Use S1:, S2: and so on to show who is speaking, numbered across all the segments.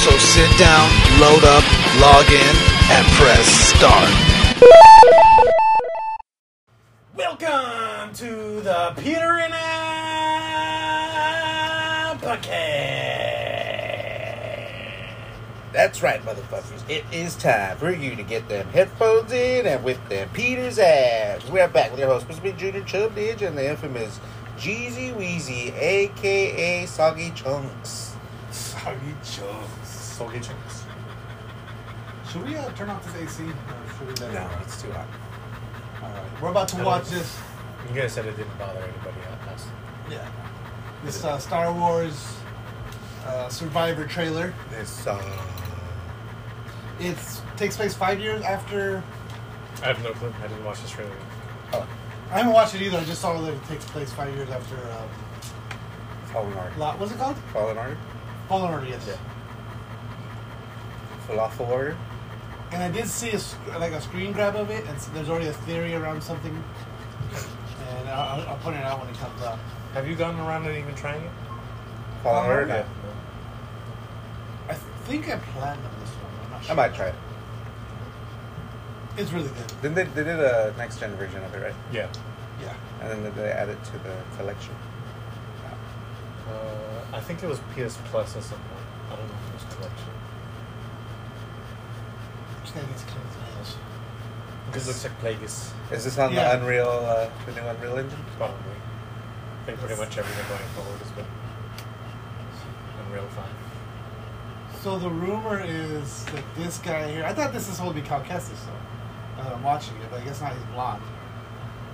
S1: So sit down, load up, log in, and press start.
S2: Welcome to the Peter and Al podcast.
S3: That's right, motherfuckers. It is time for you to get them headphones in and with them Peter's abs. We're back with your host, Crispy Jr. Chubb Didge, and the infamous Jeezy Weezy, aka Soggy Chunks.
S4: Soggy chunks.
S3: Soggy Chunks.
S4: Should we uh, turn off this AC? Or should we let it-
S3: No, it's too hot.
S4: All right. We're about to watch this.
S5: You guys said it didn't bother anybody else.
S4: Yeah. This uh, Star Wars uh, Survivor trailer.
S3: This uh,
S4: It takes place five years after.
S5: I have no clue. I didn't watch this trailer.
S4: I haven't watched it either. I just saw that it takes place five years after. Um,
S3: Fallen Art.
S4: lot, what's it called?
S3: Fallen Art?
S4: Fallen Order, yes.
S3: Falafel Order?
S4: And I did see a, sc- like a screen grab of it, and s- there's already a theory around something. And I'll, I'll- I'll point it out when it comes up.
S5: Have you gotten around and even trying it?
S3: Fallen
S4: Fallen
S3: Order? No.
S4: Order. I think I planned on this one. I'm not sure.
S3: I might try it.
S4: It's really good.
S3: Then they, they did a next gen version of it, right?
S5: Yeah.
S4: Yeah.
S3: And then they add it to the collection.
S5: Uh, I think it was PS Plus at some point. I don't know if it was collection.
S4: This guy needs to clean his nails.
S5: It looks like Plagueis.
S3: Is this on
S4: Yeah.
S3: the Unreal, uh, the new Unreal engine?
S5: Probably. I think pretty much everything going forward has been Unreal 5.
S4: So the rumor is that this guy here. I thought this is supposed to be Cal Kestis, though. Now that I'm watching it, but I guess not. He's blonde.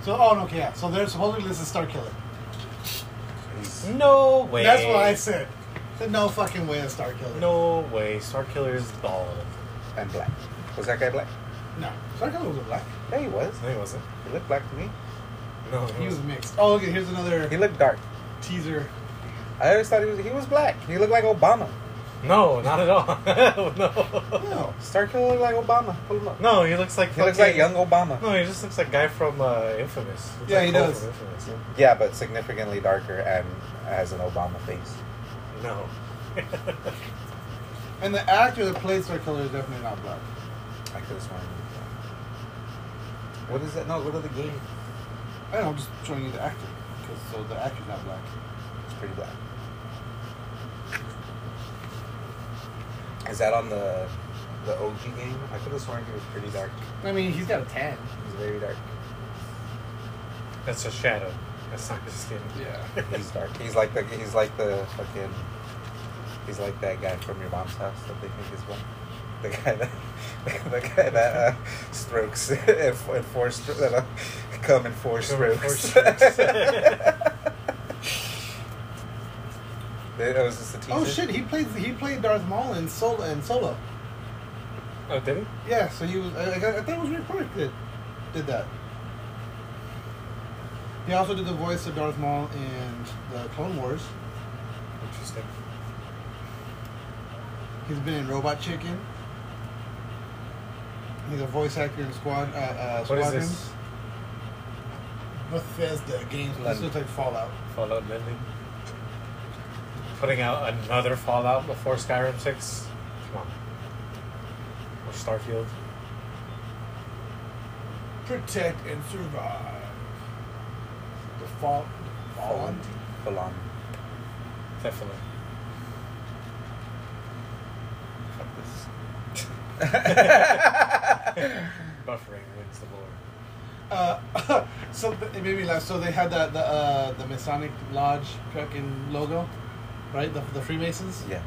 S4: So oh no, okay, yeah. So they're supposedly this is Star Killer.
S3: He's-
S5: No way.
S4: That's what I said. I said no fucking way, it's Star Killer.
S5: No way. Star Killer is bald.
S3: And black. Was that guy black?
S4: no. Star Killer was a black.
S3: Yeah, he was.
S5: No, he wasn't.
S3: He looked black to me.
S5: No,
S4: He was
S5: wasn't.
S4: mixed. Oh, okay. Here's
S3: He
S4: another
S3: looked dark.
S4: teaser.
S3: I always thought he was he was black. He looked like Obama.
S5: No, not at all. no.
S4: No.
S3: Star Killer looked like Obama. Pull him up.
S5: No, he looks like.
S3: He looks like
S5: fucking-
S3: young Obama.
S5: No, he just looks like guy from uh, Infamous. Looks
S4: Yeah,
S5: like
S4: he
S5: Cole
S4: does.
S5: from Infamous.
S3: Yeah, but significantly darker and has an Obama face.
S5: No.
S4: And the actor that played Star Killer is definitely not black.
S3: Like this one. What is that? No, go to the game.
S4: I don't know. I'm just showing you the actor because so the actor's not black.
S3: It's pretty black. Is that on the the OG game? I could have sworn he was pretty dark.
S4: I mean, he's got a tan.
S3: He's very dark.
S5: That's a shadow. That's not his skin.
S4: Yeah.
S3: He's dark. He's like the he's like the fucking he's like that guy from your mom's house that they think is black. The guy that the guy that uh, strokes and four, and four stro- that, uh, come in four
S5: Come in four
S3: strokes.
S5: strokes.
S3: That was just a teaser.
S4: Oh shit, he played he played Darth Maul in Solo in Solo.
S5: Oh, did he?
S4: Yeah, so he was. I, I, I think it was Rick Park that did that. He also did the voice of Darth Maul in the Clone Wars.
S5: Interesting.
S4: He's been in Robot Chicken. He's a voice actor in Squad. Uh, uh,
S5: What is
S4: Squadrons.
S5: this?
S4: Bethesda games. This
S3: London.
S4: looks like Fallout.
S5: Fallout Lending. Putting out another Fallout before Skyrim 6? Come on. Or Starfield?
S4: Protect and survive. The fall.
S3: Fallen. Fallen.
S5: Definitely.
S3: Fuck this.
S5: Buffering wins the war.
S4: Uh, so th- it made me laugh. So they had that the uh, the Masonic Lodge fucking logo, right? The, the Freemasons.
S3: Yeah.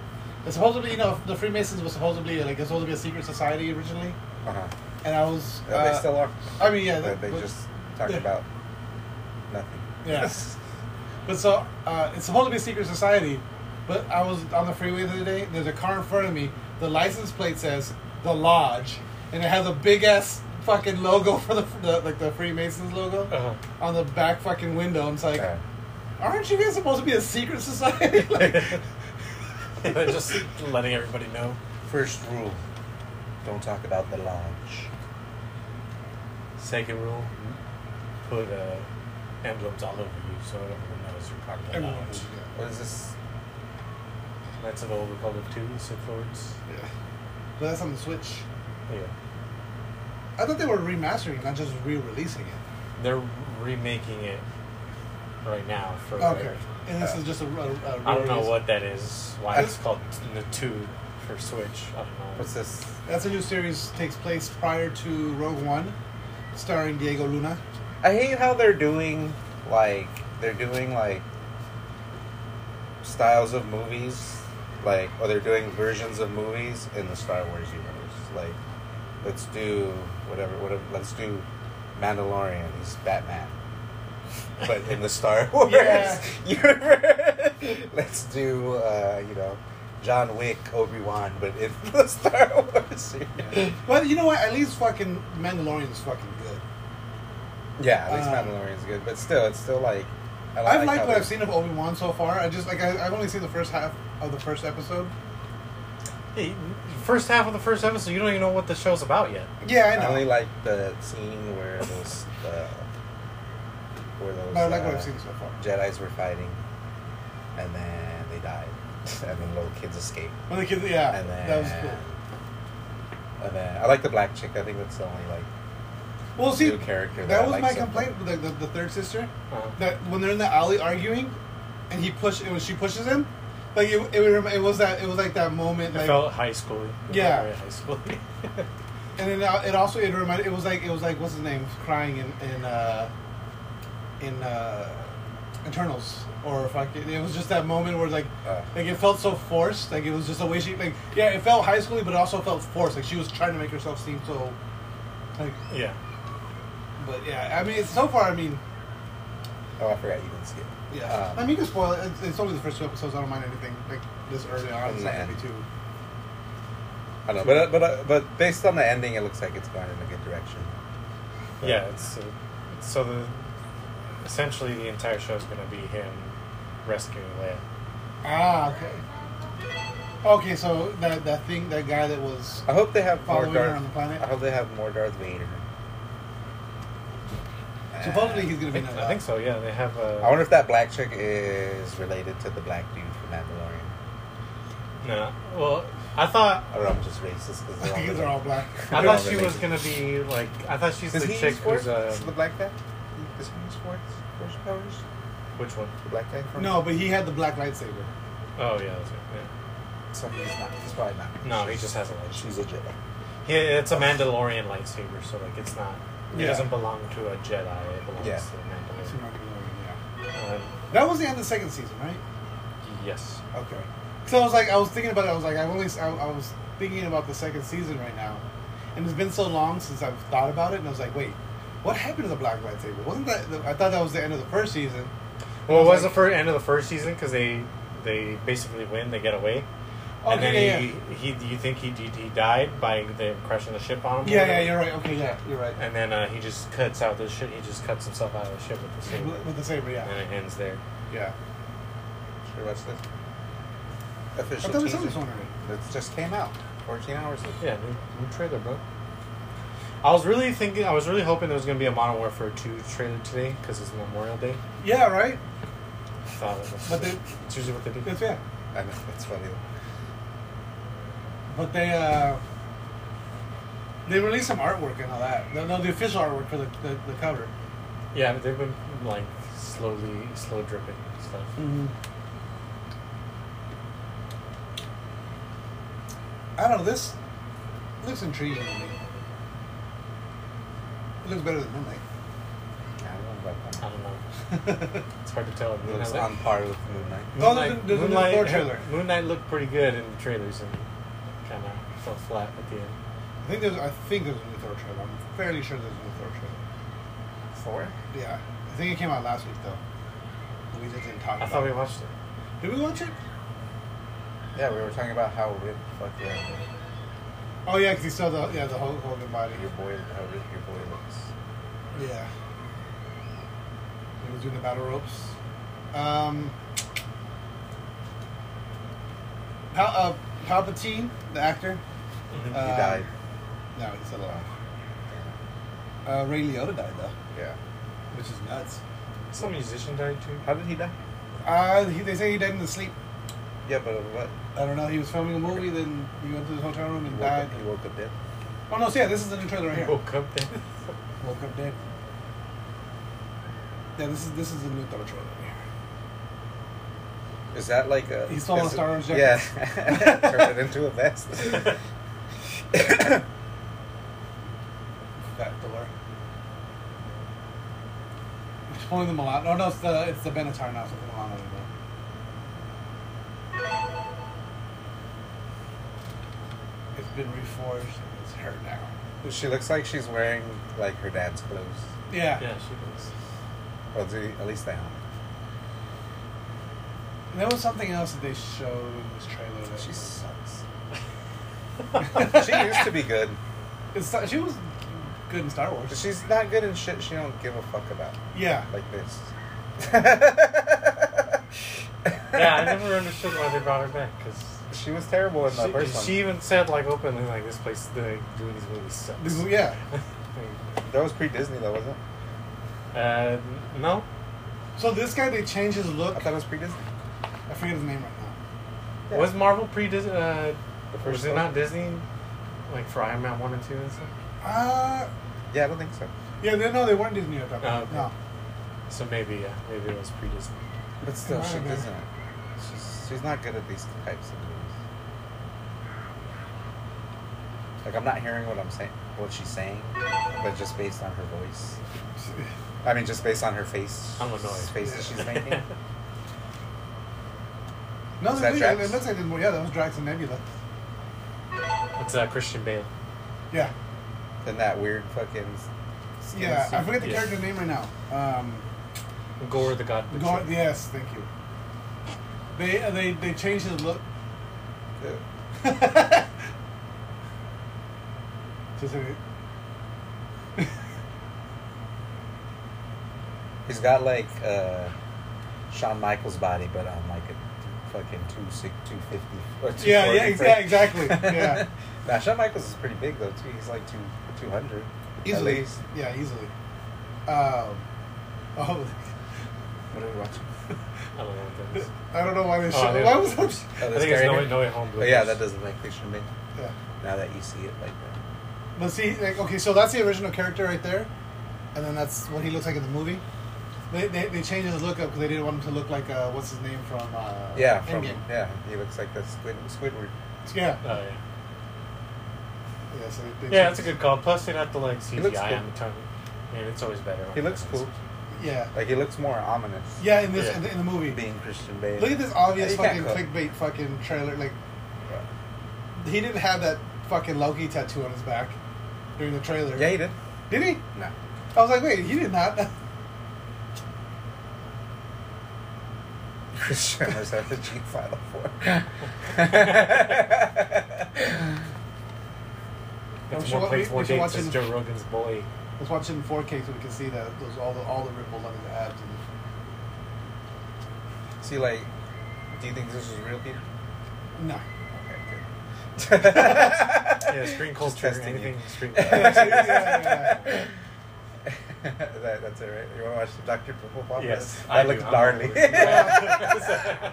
S4: And supposedly, you know, the Freemasons was supposedly like it's supposed to be a secret society originally,
S3: Uh-huh.
S4: and I was.
S3: Yeah,
S4: uh,
S3: they still are.
S4: I mean, yeah.
S3: But they
S4: but-
S3: just talk
S4: yeah.
S3: about nothing.
S4: Yeah. But so uh, it's supposed to be a secret society, But I was on the freeway the other day. There's a car in front of me. The license plate says the Lodge, and it has a big ass fucking logo for the, the like the Freemasons logo
S5: Uh-huh.
S4: on the back fucking window. I'm just like,
S3: Okay.
S4: aren't you guys supposed to be a secret society? like,
S5: Just letting everybody know.
S3: First rule: don't talk about the lodge.
S5: Second rule, put uh, emblems all over you so everyone knows you're part of the
S4: everyone.
S5: lodge.
S3: What is this?
S5: Knights of the Old Republic 2, Sith Lords.
S4: Yeah. But that's on the Switch.
S5: Yeah.
S4: I thought they were remastering, not just re-releasing it.
S5: They're remaking it right now for.
S4: Okay. And this is just a, a, a
S5: I don't know
S4: re-release.
S5: what that is. Why it's called the 2 for Switch. I don't know.
S3: What's this?
S4: That's a new series takes place prior to Rogue One, starring Diego Luna.
S3: I hate how they're doing like they're doing like styles of movies, like or they're doing versions of movies in the Star Wars universe. Like, let's do whatever, whatever. Let's do Mandalorian. He's Batman, but in the Star Wars
S4: Yeah.
S3: universe. Let's do uh, you know John Wick, Obi Wan, but in the Star Wars. universe.
S4: But you know what? At least fucking Mandalorian's fucking good.
S3: Yeah, at least
S4: Uh,
S3: Mandalorian's good, but still, it's still like I
S4: I've
S3: how
S4: liked what
S3: they-
S4: I've seen of Obi Wan so far. I just like I, I've only seen the first half of the first episode.
S5: Hey, First half of the first episode, you don't even know what the show's about yet.
S4: Yeah, I
S3: I
S4: know.
S3: only like the scene where those the where those
S4: but I like what
S3: uh,
S4: I've seen so far.
S3: Jedi's were fighting, and then they died, and then little kids escaped,
S4: When the kids, yeah,
S3: and then
S4: that was cool.
S3: And then I like the black chick. I think that's the only like
S4: Well, see,
S3: new character that I like
S4: that was my
S3: so Uh-huh. far.
S4: complaint with the, the, the third sister.
S5: Uh,
S4: that when they're in the alley arguing, and he push, it was she pushes him, like it, it, would remi- it was that it was like that moment,
S5: it
S4: like,
S5: felt high school.
S4: Yeah.
S5: Very high school.
S4: and then it also it reminded it was like it was like what's his name crying in in uh, in uh, Eternals or fucking it was just that moment where like
S3: Uh.
S4: like it felt so forced, like it was just the way she like yeah it felt high schooly but it also felt forced, like she was trying to make herself seem so like
S5: yeah.
S4: but yeah I mean it's, so far I mean.
S3: Oh, I forgot you didn't see it.
S4: Yeah,
S3: Um,
S4: I mean, you can spoil it. It's, it's only the first two episodes. I don't mind anything like this early on. It's not gonna be
S3: Nah.
S4: too.
S3: I don't know, but uh, but uh, but based on the ending, it looks like it's going in a good direction. But-
S5: Yeah, it's uh, so the essentially the entire show is going to be him rescuing Leia.
S4: Ah, okay. Okay, so that that thing, that guy that was
S3: I hope they have more
S4: Following her
S3: Darth.
S4: on the planet?
S3: I hope they have more Darth Vader.
S4: supposedly he's gonna
S5: I
S4: be.
S5: think,
S4: in
S5: I think so. Yeah, they have. Uh,
S3: I wonder if that black chick is related to the black dude from Mandalorian.
S5: No. Well, I thought
S3: Or I'm just racist because they're,
S4: These are all black.
S5: I
S3: They're all
S5: thought she was
S3: related.
S5: going to be like I thought she's
S3: Does
S5: the
S3: he
S5: chick
S3: use force?
S5: who's uh,
S3: Is the black guy? Does he use force? Force powers?
S5: which one?
S3: The black guy from?
S4: No, but he had the black lightsaber.
S5: Oh yeah, that's right.
S3: so he's not. He's probably not.
S5: Yeah. No, he just has a lightsaber.
S3: She's a Jedi.
S5: He, it's a Mandalorian lightsaber, so like it's not. It
S4: Yeah.
S5: doesn't belong to a Jedi. It belongs
S3: Yeah.
S5: to
S4: It's
S5: a
S4: not gonna be,
S5: Mandalorian. Um,
S4: yeah. That was the end of the second season, right?
S5: yes.
S4: Okay. So I was like, I was thinking about it. I was like, I've only, I, I was thinking about the second season right now, and it's been so long since I've thought about it. And I was like, wait, what happened to the black lightsaber? Wasn't that? The, I thought that was the end of the first season.
S5: Well, it was
S4: like-
S5: the first end of the first season because they they basically win, they get away,
S4: Oh,
S5: and then
S4: Okay,
S5: he, he do you think he he he died by them crashing the ship on him? or
S4: Yeah, yeah,
S5: whatever?
S4: you're right. Okay, yeah, you're right.
S5: And then uh, he just cuts out the ship. He just cuts himself out of the ship with the saber,
S4: With the saber,
S5: and
S4: yeah,
S5: it ends there.
S4: yeah.
S3: Should we watch this?
S4: I
S3: Official
S4: thought we saw this
S3: teaser.
S4: one already.
S3: That just came out. 14 hours ago.
S5: Yeah, new, new trailer, bro. I was really thinking. I was really hoping there was gonna be a Modern Warfare Two trailer today because it's Memorial Day.
S4: Yeah, right.
S5: I thought it was-
S4: But they-
S5: it's usually what they do.
S4: It's yeah.
S3: I know. It's funny.
S4: But they uh, they released some artwork and all that. No, no the official artwork for the, the, the cover.
S5: Yeah, but they've been like slowly, slow dripping stuff.
S4: Mm-hmm. I don't know. This looks intriguing to me. It looks better than Moonlight.
S3: I don't know about
S5: I
S3: that.
S5: don't know. It's hard to tell.
S3: It
S5: Moon
S3: looks
S5: Knight-
S3: on par with Moon Knight.
S4: Oh, there's a- there's a new Thor trailer.
S5: Moon Knight looked pretty good in the trailers and kind of fell flat at the end.
S4: I think there's I think there's a new Thor trailer. I'm fairly sure there's a new Thor trailer.
S3: Four?
S4: Yeah, I think it came out last week though. We just didn't talk.
S5: I
S4: about
S5: thought we
S4: it.
S5: watched it.
S4: Did we watch it?
S3: Yeah, we were talking about how Rick fucked your, your
S4: Oh yeah, because he saw the yeah the Hulk Hogan body.
S3: boy, how Rick your boy looks.
S4: Yeah. He was doing the battle ropes. Um. Pal- uh, Palpatine, the actor.
S5: Mhm.
S4: Uh,
S3: he died.
S4: No, he's still alive. Uh, Ray Liotta died though,
S3: Yeah.
S4: which is nuts.
S5: Some musician died too.
S3: How did he die?
S4: Uh, he, they say he died in his sleep.
S3: Yeah, but what?
S4: I don't know. He was filming a movie, then he went to his hotel room
S3: He
S4: and
S3: woke,
S4: died.
S3: up, he woke up dead.
S4: Oh no! So yeah, this is the new trailer right here.
S5: Woke up then.
S4: Woke up dead. Yeah, this is this is the new Thor trailer. right here.
S3: Is that like a?
S4: He stole a
S3: is it-
S4: Star Wars jacket.
S3: Yeah. Turned it into a vest.
S4: That door. It's pulling the Milan. Oh no, it's the it's the Benatar now, it's not the Milan anymore. It's been reforged. It's her now.
S3: she looks like she's wearing like her dad's clothes.
S4: Yeah.
S5: yeah, she was.
S3: Well, the- at least they have.
S4: There was something else that they showed in this trailer. That
S3: She
S4: was,
S3: sucks. she used to be good.
S4: it's, not- she was good in Star Wars.
S3: She's not good in shit she don't give a fuck about.
S4: yeah.
S3: Like this.
S5: Yeah, I never understood why they brought her back because.
S3: She was terrible in the first
S5: She,
S3: one.
S5: she even said like openly like this place doing, doing these movies sucks.
S4: This is- yeah.
S3: That was pre Disney though, wasn't it?
S5: uh, no,
S4: So this guy, they changed his
S3: I
S4: look.
S3: thought it was pre Disney.
S4: I forget his name right now.
S3: Yeah.
S5: was Marvel pre Disney? Uh,
S3: The first
S5: was it
S3: one?
S5: not Disney? Like for Iron Man one and two and stuff.
S4: Uh,
S3: Yeah, I don't think so.
S4: yeah, they, no, they weren't Disney. I thought.
S5: Oh, okay.
S4: No.
S5: So maybe yeah, maybe it was pre Disney.
S3: But still, she
S4: Marvel.
S3: doesn't. She's, she's not good at these types of movies. Like, I'm not hearing what I'm saying, what she's saying, but just based on her voice. I mean, just based on her face.
S5: I'm annoyed.
S3: Face that she's making.
S4: No,
S3: Is
S4: it
S3: that
S4: looks-
S3: Drax?
S4: it looks like there's more. Yeah, that was Drax and Nebula.
S5: It's uh, Christian Bale.
S4: Yeah,
S3: Then that weird fucking. skin
S4: yeah. I
S3: suit.
S4: forget the
S5: Yeah.
S4: character's name right now. Um,
S5: Gore the God Butcher.
S4: Gor- yes, thank you. They uh, they they changed his look.
S3: Yeah.
S4: Just like,
S3: He's got like uh, Shawn Michaels' body, but on like a fucking two six two fifty or two
S4: Yeah, yeah, exa- exactly, yeah.
S3: now Shawn Michaels is pretty big though too. He's like two two hundred
S4: easily. Yeah, easily. Um, oh,
S3: What are we watching?
S5: I don't know what that is.
S4: I don't know why they
S5: Oh,
S4: showed.
S5: yeah.
S4: why was that?
S3: Oh,
S5: I
S3: that's
S5: think it's
S3: Gary
S5: No Way,
S3: Nick-
S5: no Way Home.
S3: But Oh, yeah, that doesn't make picture me
S4: Yeah.
S3: now that you see it like that.
S4: But see, like, okay, so that's the original character right there, and then that's what he looks like in the movie. They, they, they changed his look up because they didn't want him to look like uh, what's his name from uh,
S3: Yeah, from
S4: Endgame.
S3: yeah, he looks like that squid Squidward.
S4: Yeah,
S5: Oh yeah.
S4: yeah. So they, they
S5: Yeah,
S4: changed-
S5: that's a good call. Plus, they got the like CGI
S3: looks cool.
S5: on the tongue, and it's always better.
S3: He looks cool.
S4: Yeah,
S3: Like he looks more ominous.
S4: yeah. In this
S5: Yeah.
S4: In, the, in the movie,
S3: Being Christian Bale.
S4: look at this obvious
S3: Yeah, you
S4: fucking
S3: can't cook.
S4: clickbait fucking trailer. Like he didn't have that fucking Loki tattoo on his back during the trailer.
S3: Yeah, he did.
S4: Did he?
S3: No.
S4: I was like, wait, he did not.
S3: Christian was at the G Final Four. yeah,
S4: Oh, We
S5: It's
S4: should
S5: more
S4: wa- we-
S5: plays, more
S4: we should
S5: dates.
S4: watch
S5: It's
S4: it.
S5: Joe Rogan's boy.
S4: I was watching 4K so we could see the those all the all the ripples on his abs. And,
S3: see, like, do you think this is real, Peter?
S4: no.
S3: Okay, good.
S5: Yeah, screen culture,
S3: testing you.
S5: anything screen
S4: Yeah,
S5: culture.
S4: yeah, yeah.
S3: that, that's it, right? You want to watch the Doctor Purple Pop?
S5: Yes,
S3: that
S5: I do.
S3: looks
S5: I'm
S3: gnarly.
S5: always- Yeah.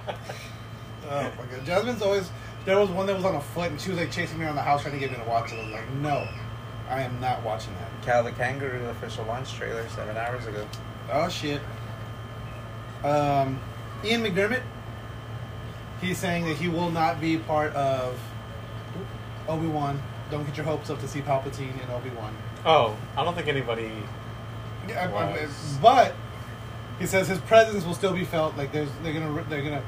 S4: Oh my god. Jasmine's always there was one that was on a foot and she was like chasing me around the house trying to get me to watch it. I was like, no, I am not watching that.
S3: Cal the Kangaroo official launch trailer seven hours ago.
S4: Oh shit. Um, Ian McDermott. He's saying that he will not be part of Obi Wan. Don't get your hopes up to see Palpatine in Obi Wan.
S5: oh, I don't think anybody.
S4: Yeah, I- I-
S5: Nice.
S4: But he says his presence will still be felt. Like there's they're gonna they're gonna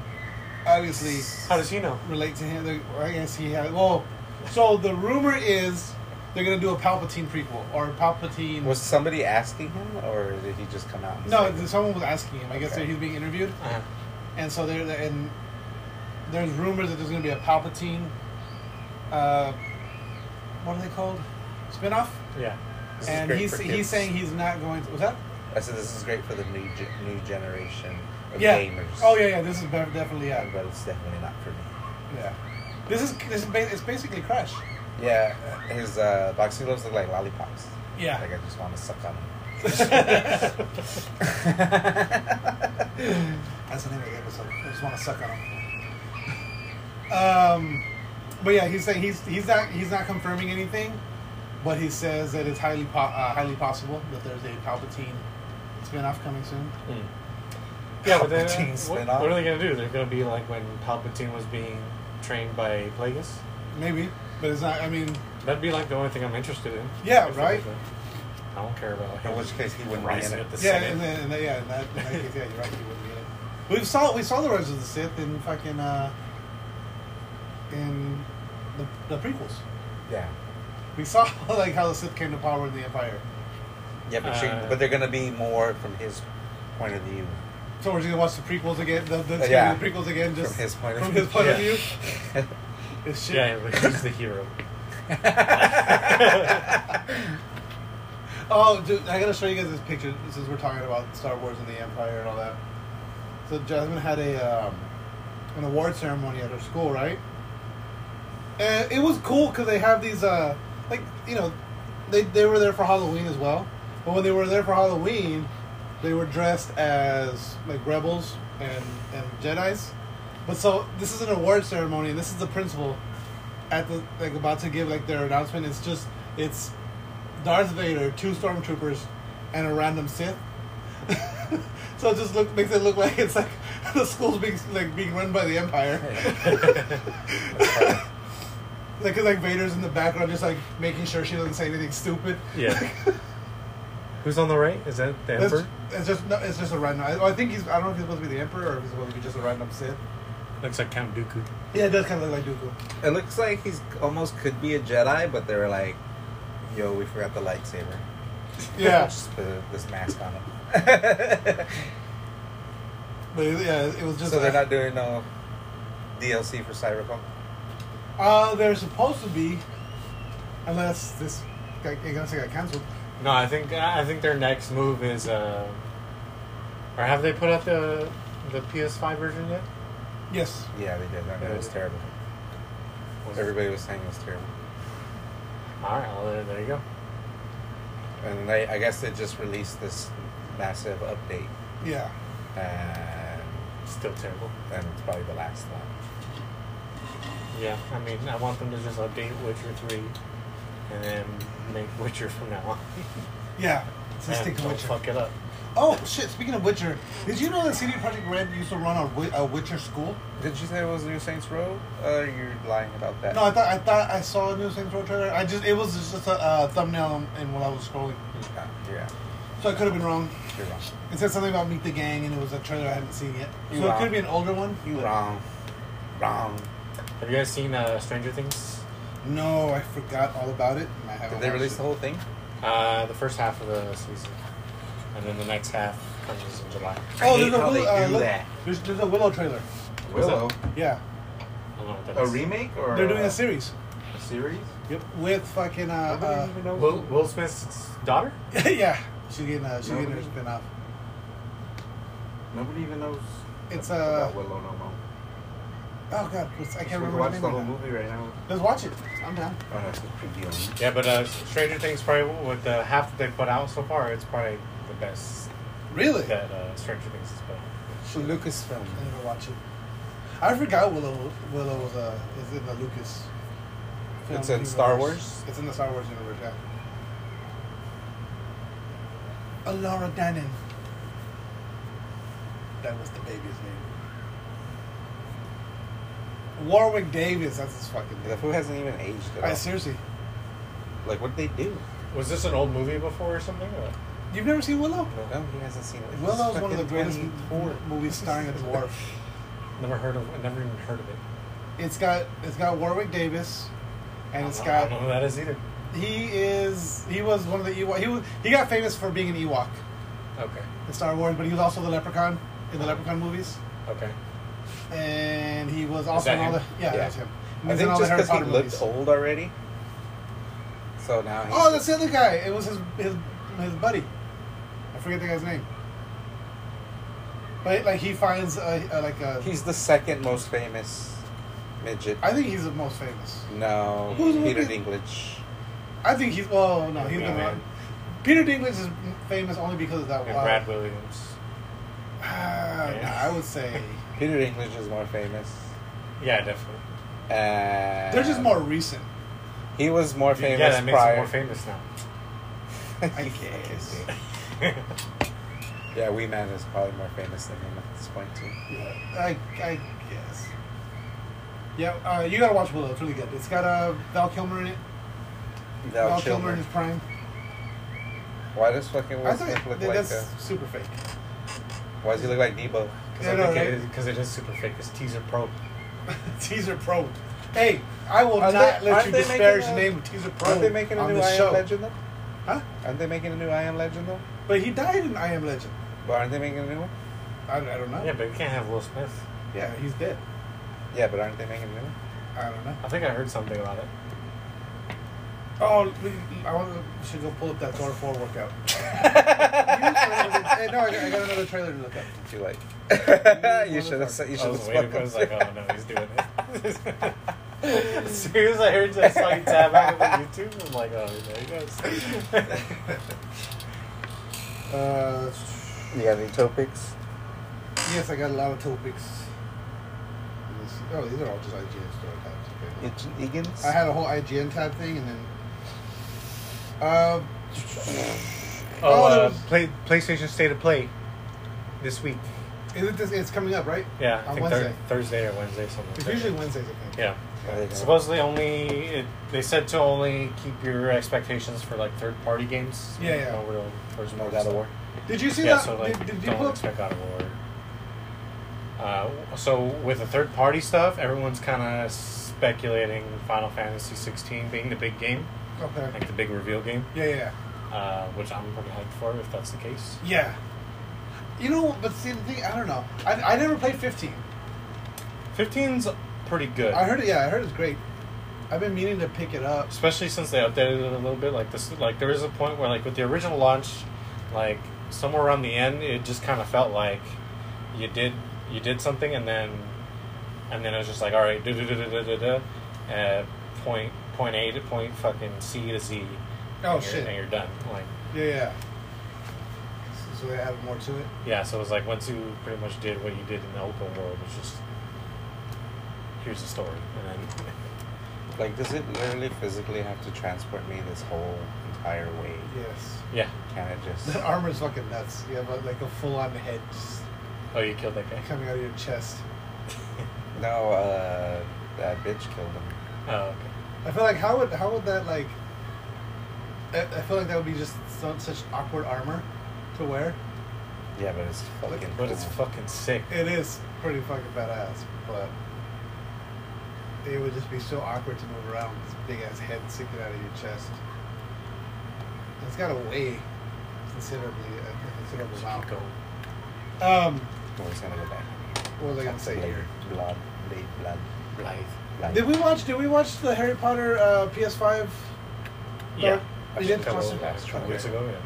S4: obviously
S5: How does he know?
S4: relate to him. They- or I guess he had. Well, so the rumor is they're gonna do a Palpatine prequel or Palpatine.
S3: Was somebody asking him, or did he just come out? And
S4: no,
S3: say
S4: someone was asking him. I guess
S3: Okay.
S4: that he's being interviewed,
S5: Uh,
S4: and so they're and there's rumors that there's going to be a Palpatine. Uh, what are they called? Spinoff.
S5: Yeah.
S3: This is
S4: And
S3: great
S4: he's
S3: for
S4: he's
S3: kids.
S4: saying he's not going to. Was that?
S3: I said this is great for the new ge- new generation of
S4: Yeah.
S3: gamers.
S4: Oh yeah, yeah. This is better, definitely yeah.
S3: but it's definitely not for me.
S4: Yeah. This is this is ba- it's basically Crush.
S3: Yeah, his uh, boxing gloves look like lollipops.
S4: Yeah.
S3: Like I just want to suck on them.
S4: That's the name of the episode. I just want to suck on him. Um, but yeah, he's saying he's he's not he's not confirming anything, but he says that it's highly po- uh, highly possible that there's a Palpatine spinoff coming soon.
S3: Hmm.
S5: Yeah, but then,
S3: Palpatine
S5: what,
S3: spin-off.
S5: what are they going to do? They're going to be like when Palpatine was being trained by Plagueis?
S4: Maybe, but it's not. I mean,
S5: That'd be like the only thing I'm interested in.
S4: Yeah,
S5: If it
S4: right?
S5: was a- I don't care about him.
S3: in which case he wouldn't be in
S5: rising
S3: it.
S5: at the
S4: yeah,
S5: Senate.
S4: and then, and then, yeah, in that, in that case, yeah, you're right. You wouldn't get it. We saw we saw the Rise of the Sith in fucking uh, in the, the prequels.
S3: Yeah.
S4: We saw like how the Sith came to power in the Empire.
S3: Yeah, but, she,
S5: Uh,
S3: but they're gonna be more from his point of view.
S4: So we're just gonna watch the prequels again. The, the,
S3: Uh, yeah.
S4: the prequels again, just
S3: From his point of
S4: from
S3: view.
S4: his point of
S5: Yeah.
S4: view. It's shit.
S5: yeah, but he's the hero.
S4: Oh, dude, I gotta show you guys this picture. This is we're talking about Star Wars and the Empire and all that. So Jasmine had a um, an award ceremony at her school, right? And it was cool because they have these, uh, like you know, they they were there for Halloween as well. But when they were there for Halloween, they were dressed as like rebels and and Jedi's. But so this is an award ceremony, and this is the principal at the like about to give like their announcement. It's just it's Darth Vader, two stormtroopers, and a random Sith. so it just look makes it look like it's like the school's being like being run by the Empire. like 'cause, like Vader's in the background, just like making sure she doesn't say anything stupid.
S5: Yeah. Who's on the right? Is that the
S4: It's,
S5: Emperor?
S4: it's just no, it's just a random. I, I think he's. I don't know if he's supposed to be the emperor or if he's supposed to be just a random Sith.
S5: Looks like Count Dooku.
S4: Yeah, it does kind of look like Dooku.
S3: It looks like he's almost could be a Jedi, but they were like, "Yo, we forgot the lightsaber."
S4: Yeah,
S3: just put this mask on it.
S4: but it- yeah, it was just.
S3: so they're not doing no DLC for Cyberpunk.
S4: Uh, they're supposed to be, unless this guy, I guess it got canceled.
S5: No, I think I think their next move is, uh, or have they put out the the PS5 version yet?
S4: Yes.
S3: Yeah, they did. I know it was terrible.
S5: Was it-
S3: Everybody was saying it was terrible.
S5: All right, well there, there you go.
S3: And they, I guess they just released this massive update,
S4: Yeah.
S3: and,
S5: Still terrible.
S3: and it's probably the last one.
S5: Yeah, I mean, I want them to just update Witcher three, and then make Witcher from now on.
S4: Yeah. So
S5: And
S4: stick to
S5: don't
S4: Witcher.
S5: Fuck it up.
S4: Oh shit! Speaking of Witcher, did you know that CD Projekt Red used to run a, Wi- a Witcher school?
S3: Did you say it was New Saints Row? Uh, you're lying about that.
S4: No, I thought I thought I saw a New Saints Row trailer. I just it was just a uh, thumbnail and while I was scrolling,
S3: Uh, yeah,
S4: so I could have been wrong.
S3: you're wrong.
S4: It said something about Meet the Gang, and it was a trailer I hadn't seen yet.
S3: You
S4: so
S3: wrong.
S4: it could be an older one.
S3: You
S4: but-
S3: wrong. Wrong.
S5: Have you guys seen uh, Stranger Things?
S4: No, I forgot all about it. And I haven't
S3: Did they
S4: watched
S3: release
S4: it.
S3: the whole thing?
S5: Uh, the first half of the season, and then the next half comes in July.
S4: Oh,
S3: I hate
S4: there's a
S3: how they
S4: Willow. Uh,
S3: do
S4: look-
S3: that.
S4: there's, there's a Willow trailer.
S5: Willow?
S4: Yeah,
S5: I don't know what that
S3: A
S5: is.
S3: remake or
S4: they're doing a series.
S5: A series?
S4: Yep. With fucking uh, uh
S5: Will, Will Smith's daughter?
S4: yeah, she's getting uh, she's getting her
S3: Nobody-
S4: spin off.
S3: Nobody even knows.
S4: It's, about uh,
S3: Willow no more.
S4: Oh god, what's, I can't remember the name. of it.
S3: right now.
S4: Let's watch it. I'm down.
S3: Oh, that's a preview.
S5: Yeah, but uh, Stranger Things probably with the half that they put out so far, it's probably the best
S4: Really?
S5: that uh, Stranger Things has put. out.
S3: Lucasfilm.
S4: I need to watch it. I forgot Willow. Willow was uh, is in the Lucas. film
S3: It's in Star Wars?
S4: It's in the Star Wars universe. Yeah. Uh, Laura Dannon. That was the baby's name. Warwick Davis. That's his fucking
S3: The
S4: name.
S3: food hasn't even aged at all.
S4: I seriously.
S3: Like, what did they do?
S5: Was this an old movie before or something? Or?
S4: You've never seen Willow?
S3: No, he hasn't seen it.
S4: Willow's
S3: He's
S4: one of the
S3: fucking
S4: greatest
S3: 24.
S4: movies starring a dwarf.
S5: Never heard of. Never even heard of it.
S4: It's got it's got Warwick Davis, and it's
S5: I don't
S4: got
S5: know who that is either.
S4: he is he was one of the Ewok. He was, he got famous for being an Ewok
S5: Okay.
S4: in Star Wars, but he was also the Leprechaun in the Leprechaun movies.
S5: Okay.
S4: and he was also
S5: that
S4: in all the
S5: him?
S4: yeah,
S3: Yeah.
S4: that's him. He
S3: I
S4: was in
S3: think
S4: all the
S3: just
S4: Harry
S3: because he
S4: Potter
S3: looked
S4: movies.
S3: old already. So now he's.
S4: Oh, that's the other guy. It was his his his buddy. I forget the guy's name. But like he finds uh, uh, like a.
S3: He's the second most famous midget.
S4: I think he's the most famous.
S3: no,
S4: Who's the
S3: Peter
S4: one-
S3: Dinklage.
S4: I think he's. Oh no, he's
S5: No,
S4: been
S5: man.
S4: Peter Dinklage is famous only because of that.
S5: And
S4: wild-
S5: Brad Williams.
S4: Ah,
S5: Yeah.
S4: nah, I would say
S3: Peter Dinklage is more famous.
S5: Yeah, definitely.
S3: And
S4: they're just more recent.
S3: He was more famous
S5: yeah, that makes
S3: prior.
S5: him more famous now.
S4: I guess.
S3: yeah, Wee Man is probably more famous than him at this point too.
S4: I, I guess. Yeah, uh, you gotta watch Willow. It's really good. It's got uh, Val Kilmer in it.
S3: Val, Kilmer.
S4: in his prime.
S3: Why does fucking Will
S4: I
S3: Smith
S4: thought
S3: look
S4: that-
S3: like?
S4: that's Oh,
S3: Uh,
S4: super fake.
S3: why does he look like Debo?
S5: Because
S4: Yeah,
S5: I
S4: no,
S5: think
S4: right?
S5: it is, because it is super fake. It's teaser pro.
S4: Teaser Pro. Hey, I will
S3: Aren't
S4: not
S3: they-
S4: let
S3: aren't
S4: you
S3: they making
S4: disparage
S3: a-
S4: the name of Teaser Pro.
S3: Aren't they making a
S4: on
S3: new
S4: this
S3: I
S4: show.
S3: Am Legend though?
S4: Huh?
S3: Aren't they making a new I Am Legend though?
S4: But he died in I Am Legend.
S3: But aren't they making a new one?
S4: I, I don't know.
S5: Yeah, but you can't have Will Smith.
S4: Yeah, he's dead.
S3: Yeah, but aren't they making a new one?
S4: I don't know.
S5: I think I heard something about it.
S4: Oh, we- I want to, should go pull up that Thor 4 workout. hey, no, I got, I got another trailer to look up.
S3: Too late. you
S4: Motherfucker.
S3: should have said. You
S5: I
S3: should have
S5: was waiting
S3: spoken.
S5: for. I was like, oh no, he's doing it. as soon as I heard that, I saw you tab out of the YouTube. I'm like, oh, there he goes.
S4: Uh,
S3: You got any topics?
S4: yes, I got a lot of topics. This- Oh, these are all just IGN story types. Okay.
S3: Egan's.
S4: I had a whole IGN tab thing, and then. Uh,
S5: oh,
S4: Oh, there
S5: uh,
S4: was-
S5: play, PlayStation State of Play this week.
S4: is it this, it's coming up, right?
S5: Yeah, I
S4: On
S5: think
S4: Wednesday.
S5: thur- Thursday or Wednesday, something. like
S4: It's
S5: that.
S4: usually Wednesdays, I think.
S5: Yeah.
S3: There you go.
S5: Supposedly, only it, they said to only keep your expectations for like third-party games.
S4: Yeah, yeah.
S5: No real first
S3: No God of War.
S4: Did you see
S5: yeah,
S4: that?
S5: so like,
S4: did, did you
S5: don't
S4: pull up?
S5: expect God of War. Uh, so with the third party stuff, everyone's kind of speculating Final Fantasy 16 being the big game,
S4: Okay.
S5: like the big reveal game,
S4: Yeah, yeah, yeah.
S5: uh, which I'm pretty hyped for if that's the case.
S4: Yeah. You know, but see the thing, I don't know. I, I never played 15.
S5: 15's pretty good,
S4: I heard it. Yeah, I heard it's great. I've been meaning to pick it up.
S5: especially since they updated it a little bit. Like this, like there is a point where like with the original launch, like somewhere around the end, it just kind of felt like you did you did something and then and then it was just like all right, da da da da da da da, uh, point point A to point fucking C to Z.
S4: Oh,
S5: and you're-
S4: shit.
S5: And you're done. Like
S4: Yeah, yeah. So, so they added more to it.
S5: yeah, so it was like once you pretty much did what you did in the open world, it's just here's the story and then.
S3: Like, does it literally physically have to transport me this whole entire way?
S4: Yes.
S5: Yeah.
S3: Can it just?
S4: The armor's fucking nuts. You have like a full-on head just
S5: Oh, you killed that guy.
S4: coming out of your chest.
S3: no, uh, that bitch killed him.
S5: Oh, okay.
S4: I feel like how would how would that like? I, I feel like that would be just so, such awkward armor to wear.
S3: Yeah, but it's fucking.
S5: But it's
S3: cool.
S5: fucking sick.
S4: It is pretty fucking badass, but it would just be so awkward to move around with this big ass head sticking out of your chest. It's got to weigh considerably, a considerable amount.
S5: Go.
S4: Um,
S3: We're just gonna go back.
S4: what was I gonna say
S3: Blade,
S4: here?
S3: Blood, blade, blood,
S5: Blythe.
S3: blood.
S4: Did we watch? Did we watch the Harry Potter uh, PS5?
S5: Yeah.
S4: They
S5: A
S4: did
S5: couple-
S4: cost-
S5: a couple weeks ago, yeah.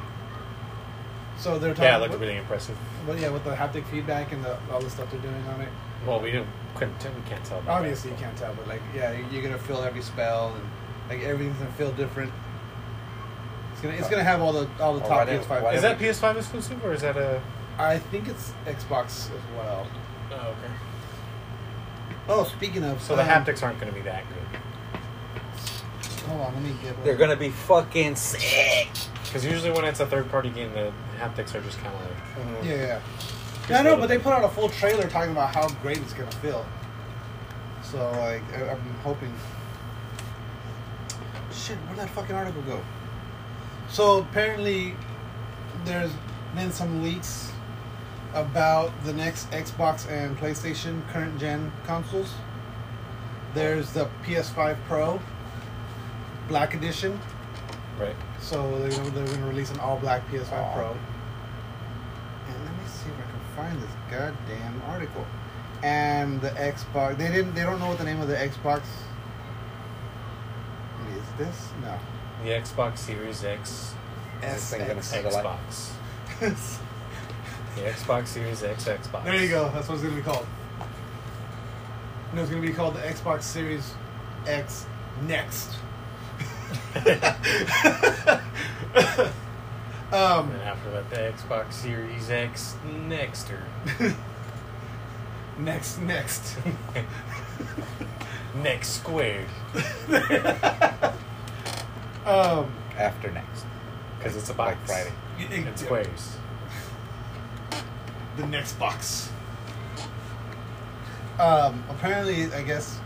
S4: So they're talking.
S5: Yeah, it looked
S4: what-
S5: really impressive.
S4: But yeah, with the haptic feedback and the, all the stuff they're doing on it,
S5: Well, we didn't, couldn't, t- we can't tell. about
S4: obviously you
S5: that.
S4: can't tell. But like, yeah, you- you're gonna feel every spell and like everything's gonna feel different. It's gonna it's gonna have all the all the
S3: Oh, why
S4: top
S3: did-
S4: PS5.
S3: why
S5: Is
S3: did
S5: that PS5 exclusive or is that a?
S4: I think it's Xbox as well.
S5: Oh, okay.
S4: Oh, speaking of,
S5: So the
S4: um,
S5: haptics aren't going to be that good
S4: Hold on, let me get. one.
S3: They're gonna be fucking sick.
S5: because usually when it's a third-party game, the haptics are just kind of like.
S3: Mm.
S4: Yeah, yeah. Mm-hmm. Yeah, I know, but they put out a full trailer talking about how great it's gonna feel. So like, I, I'm hoping. Shit, where'd that fucking article go? So apparently, there's been some leaks about the next Xbox and PlayStation current gen consoles. There's the PS5 Pro Black Edition.
S5: Right.
S4: So they're gonna, they're gonna release an all black PS5
S3: Aw.
S4: Pro. And let me see if I can find this goddamn article. and the Xbox. They didn't. They don't know what the name of the Xbox is. This no.
S5: The Xbox Series X,
S3: This thing's gonna
S4: SX.
S3: Say the light.
S5: Xbox. The Xbox Series X, Xbox.
S4: there you go. That's what it's gonna be called. No, it's gonna be called the Xbox Series X Next. um,
S5: And then after that, the Xbox Series X Nexter.
S4: next, next.
S5: Next squared.
S4: Um,
S3: After next.
S5: Because it's a box.
S3: Black Friday.
S5: And squares.
S4: the next box. Um, apparently, I guess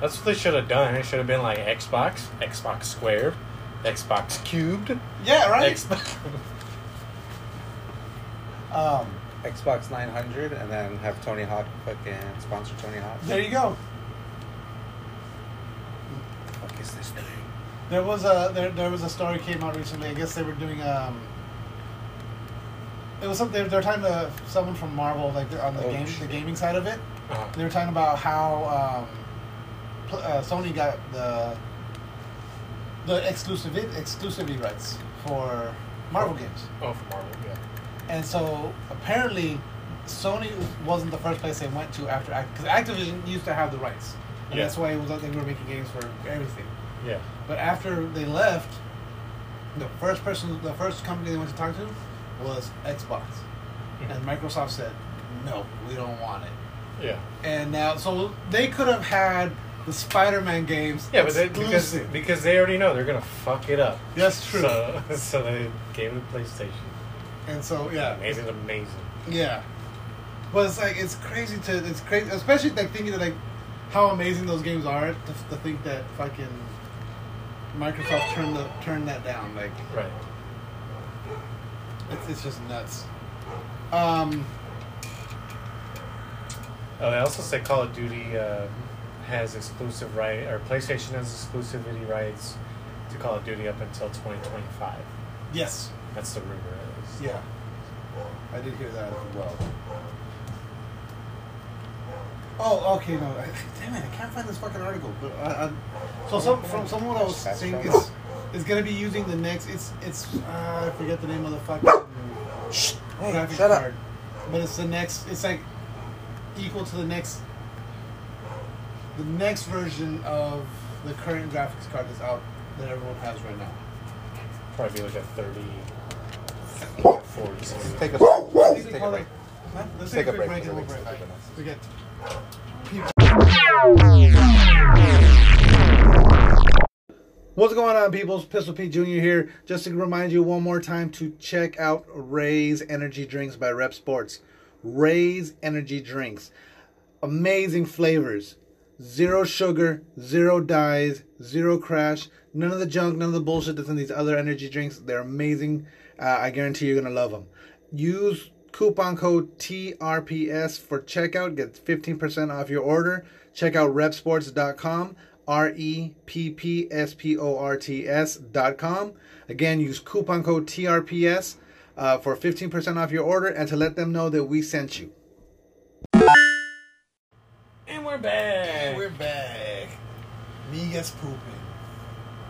S5: That's what they should have done. It should have been like Xbox, Xbox squared, Xbox cubed,
S4: Yeah, right.
S5: Xbox.
S4: um,
S3: Xbox 900, and then have Tony Hawk fucking sponsor Tony Hawk.
S4: there you go.
S3: fuck is this thing?
S4: There was a there, there was a story came out recently. I guess they were doing um. It was something they're talking to someone from Marvel, like on the
S3: Oh,
S4: game, the
S3: shit.
S4: gaming side of it.
S5: Uh,
S4: They were talking about how um, pl- uh, Sony got the the exclusivity exclusivity rights for Marvel games.
S5: oh, for Marvel, yeah.
S4: And so apparently, Sony wasn't the first place they went to after because Activision used to have the rights, and
S5: Yeah.
S4: that's why it was they were making games for everything.
S5: Yeah.
S4: But after they left, the first person, the first company they went to talk to was Xbox, and Microsoft said, "No, we don't want it."
S5: Yeah.
S4: And now, so they could have had the Spider-Man games.
S5: Yeah, but they, because,
S4: exclusive.
S5: because they already know they're going to fuck it up.
S4: That's true.
S5: So, so they gave it to PlayStation.
S4: and so yeah,
S5: Amazing, amazing.
S4: Yeah, but it's like it's crazy to it's crazy, especially like thinking that like how amazing those games are to, to think that fucking Microsoft turned the turned that down. Like
S5: Right.
S4: it's, it's just nuts. Um,
S5: Oh, they also say Call of Duty uh, has exclusive right, or PlayStation has exclusivity rights to Call of Duty up until 2025.
S4: yes,
S5: That's the rumor. At least.
S4: yeah, I did hear that as well. Oh, okay, no, I, damn it, I can't find this fucking article. But I, I, so some from someone I was seeing is is gonna be using the next. It's it's uh, I forget the name of the fucking.
S3: Hey,
S4: graphics
S3: shut up.
S4: card. But it's the next. It's like equal to the next. The next version of the current graphics card that's out that everyone has right now.
S5: Probably like a 30, 40, something.
S3: Take a break.
S4: They
S3: Take a
S4: call
S3: break.
S4: it- Huh? Let's
S3: Take a break.
S4: break and we'll break back. We get people. What's going on, peoples? Pistol Pete Jr. here. Just to remind you one more time to check out Ray's Energy Drinks by Rep Sports. Ray's Energy Drinks. Amazing flavors. Zero sugar, zero dyes, zero crash, none of the junk, none of the bullshit that's in these other energy drinks. They're amazing. Uh, I guarantee you're going to love them. Use coupon code TRPS for checkout. Get 15% off your order. Check out repsports.com. R E P P S P O R T S dot com. Again, use coupon code TRPS uh, for 15% off your order and to let them know that we sent you.
S5: And we're back.
S4: We're back. Migas pooping.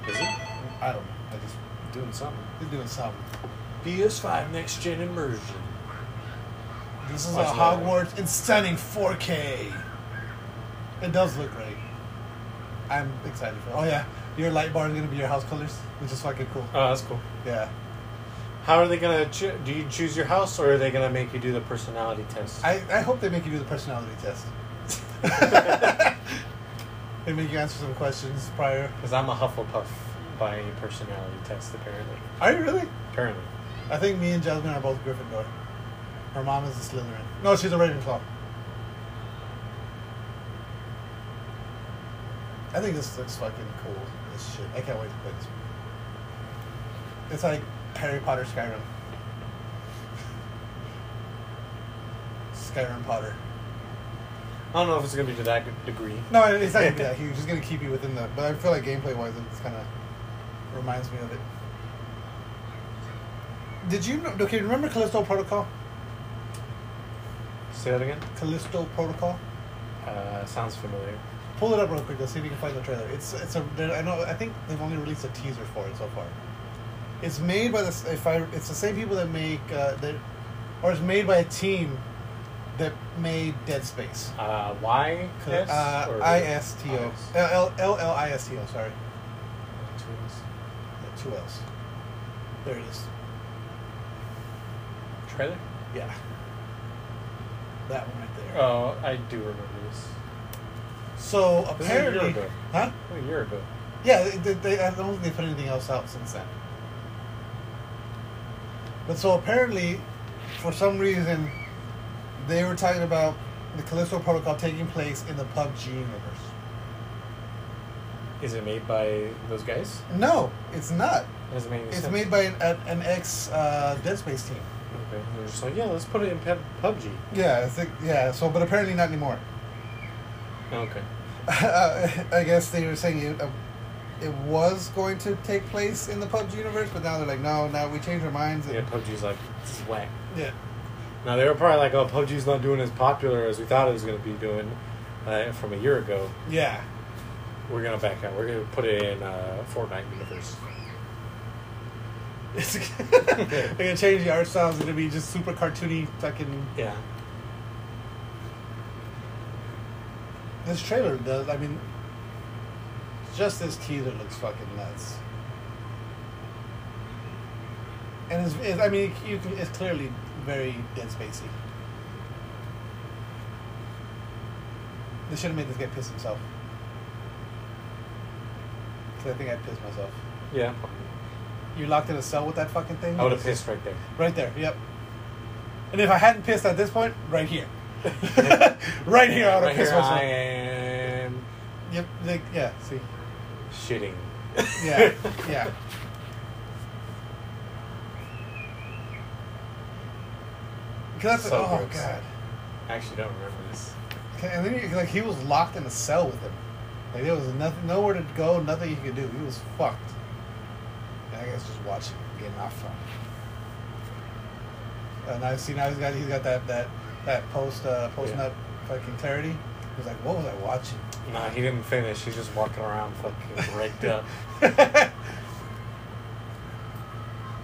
S5: Is it?
S4: I don't know. I just,
S5: Doing something.
S4: they're doing something.
S5: PS5 next gen immersion.
S4: This is
S5: Watch
S4: a
S5: that.
S4: Hogwarts in stunning 4K. It does look great. I'm excited for it. Oh, yeah. Your light bar is going to be your house colors, which is fucking cool.
S5: Oh, that's cool.
S4: Yeah.
S5: How are they gonna? Cho- do you choose your house, or are they gonna make you do the personality test?
S4: I, I hope they make you do the personality test. they make you answer some questions prior.
S5: Because I'm a Hufflepuff by personality test, apparently.
S4: Are you really?
S5: Apparently.
S4: I think me and Jasmine are both Gryffindor. Her mom is a Slytherin. No, she's a Ravenclaw. I think this looks fucking cool. This shit. I can't wait to play this. It's like Harry Potter Skyrim. Skyrim Potter.
S5: I don't know if it's gonna be to that g- degree.
S4: No, it's not gonna be that huge. It's gonna keep you within the. But I feel like gameplay wise, it's kind of reminds me of it. Did you know? Okay, remember Callisto Protocol?
S5: Say that again.
S4: Callisto Protocol.
S5: Uh, sounds familiar.
S4: Pull it up real quick. Let's see if you can find the trailer. It's it's a there- I know I think they've only released a teaser for it so far. It's made by the s- if I it's the same people that make uh, that, or it's made by a team that made Dead Space.
S5: Uh, Y S
S4: Uh,
S5: or-
S4: I S T O
S5: IS?
S4: L L L I S T O. Sorry,
S5: Two S's.
S4: Yeah, two L's. There it is.
S5: Trailer.
S4: Yeah, that one right there.
S5: Oh, I do remember this.
S4: so
S5: This is a year
S4: apparently,
S5: ago.
S4: huh?
S5: Oh, A year ago.
S4: Yeah, they, they, they, I don't think they put anything else out since then. But so apparently, for some reason, they were talking about the Callisto Protocol taking place in the PUBG universe.
S5: Is it made by those guys?
S4: No, it's not.
S5: It doesn't make any
S4: It's
S5: sense.
S4: made by an, an- an ex uh, Dead Space team.
S5: Okay. They're just like, yeah, let's put it in Pub- PUBG.
S4: Yeah, I think, yeah. So, but apparently not anymore.
S5: Okay.
S4: I guess they were saying it, uh, it was going to take place in the PUBG universe, but now they're like, no, now we changed our minds.
S5: Yeah,
S4: And,
S5: PUBG's like this is whack.
S4: yeah.
S5: Now they were probably like, oh, PUBG's not doing as popular as we thought it was going to be doing uh, from a year ago.
S4: Yeah.
S5: We're gonna back out. We're gonna put it in uh, Fortnite universe.
S4: It's they're gonna change the art style. It's gonna be just super cartoony. Fucking
S5: Yeah.
S4: this trailer does. I mean, just this teaser looks fucking nuts. And it's, it's I mean, you can, it's clearly very Dead Spacey. They should have made this guy piss himself. Cause I think I pissed myself.
S5: Yeah.
S4: You locked in a cell with that fucking thing.
S5: I would have pissed right there.
S4: Right there, yep. And if I hadn't pissed at this point, right here. right here, I would have
S5: Right
S4: pissed
S5: here
S4: myself.
S5: I am
S4: Yep, like, yeah, see.
S5: shitting.
S4: Yeah, yeah. Cause that's,
S5: So
S4: oh,
S5: gross.
S4: God.
S5: I actually don't remember this.
S4: 'Kay, And then, he, like, he was locked in a cell with him. Like, there was nothing, nowhere to go, nothing he could do. He was fucked. And I guess just watching, getting off from. And I see now he's got he's got that that that post uh, post nut fucking clarity. He's like, what was I watching?
S5: Nah, he didn't finish. He's just walking around fucking rigged up.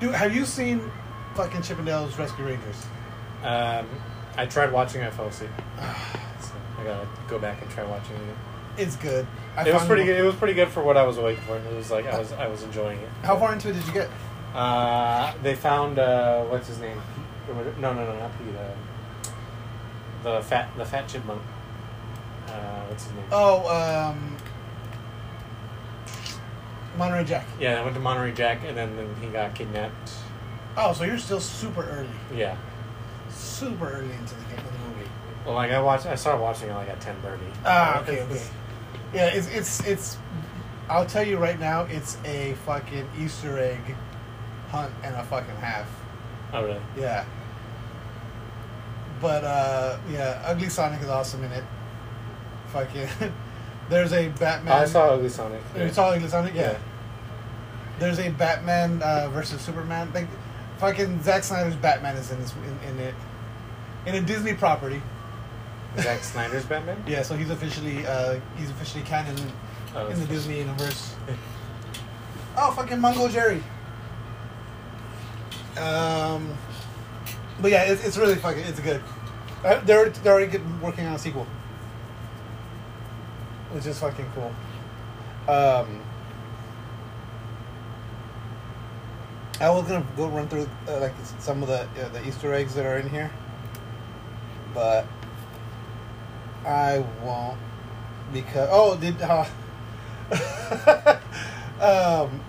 S4: Dude, have you seen fucking Chippendales Rescue Rangers?
S5: Um, I tried watching it, I fell asleep. So I gotta go back and try watching it. again.
S4: It's good. I
S5: it was
S4: found
S5: pretty
S4: it- Uh,
S5: good. It was pretty good for what I was awake for. It was like I was I was enjoying it.
S4: How far into it did you get?
S5: Uh, they found uh, what's his name? Or what- No, no, no, not Pete. Uh, the fat the fat chipmunk. Uh, what's his name?
S4: Oh, um, Monterey Jack.
S5: Yeah, I went to Monterey Jack, and then, then he got kidnapped.
S4: Oh, so you're still super early,
S5: Yeah.
S4: super early into the game of the movie.
S5: Well, like I watched, I started watching it like at ten thirty.
S4: Ah, okay, okay. Yeah, it's it's it's. I'll tell you right now, it's a fucking Easter egg hunt and a fucking half.
S5: Oh really?
S4: Yeah. But uh, yeah, Ugly Sonic is awesome in it. Fucking, there's a Batman.
S5: I saw Ugly Sonic.
S4: You saw Ugly Sonic, yeah.
S5: Yeah.
S4: There's a Batman uh, versus Superman. Like, fucking Zack Snyder's Batman is in this in, in it, in a Disney property.
S5: Zack Snyder's Batman.
S4: Yeah, so he's officially uh, he's officially canon
S5: Oh,
S4: in the
S5: it's-
S4: Disney universe. oh, fucking Mungo Jerry. Um, but yeah, it's, it's really fucking it's good. Uh, they're they're already get, working on a sequel, which is fucking cool. Um, I was gonna go run through uh, like some of the uh, the Easter eggs that are in here, but I won't because oh did uh, um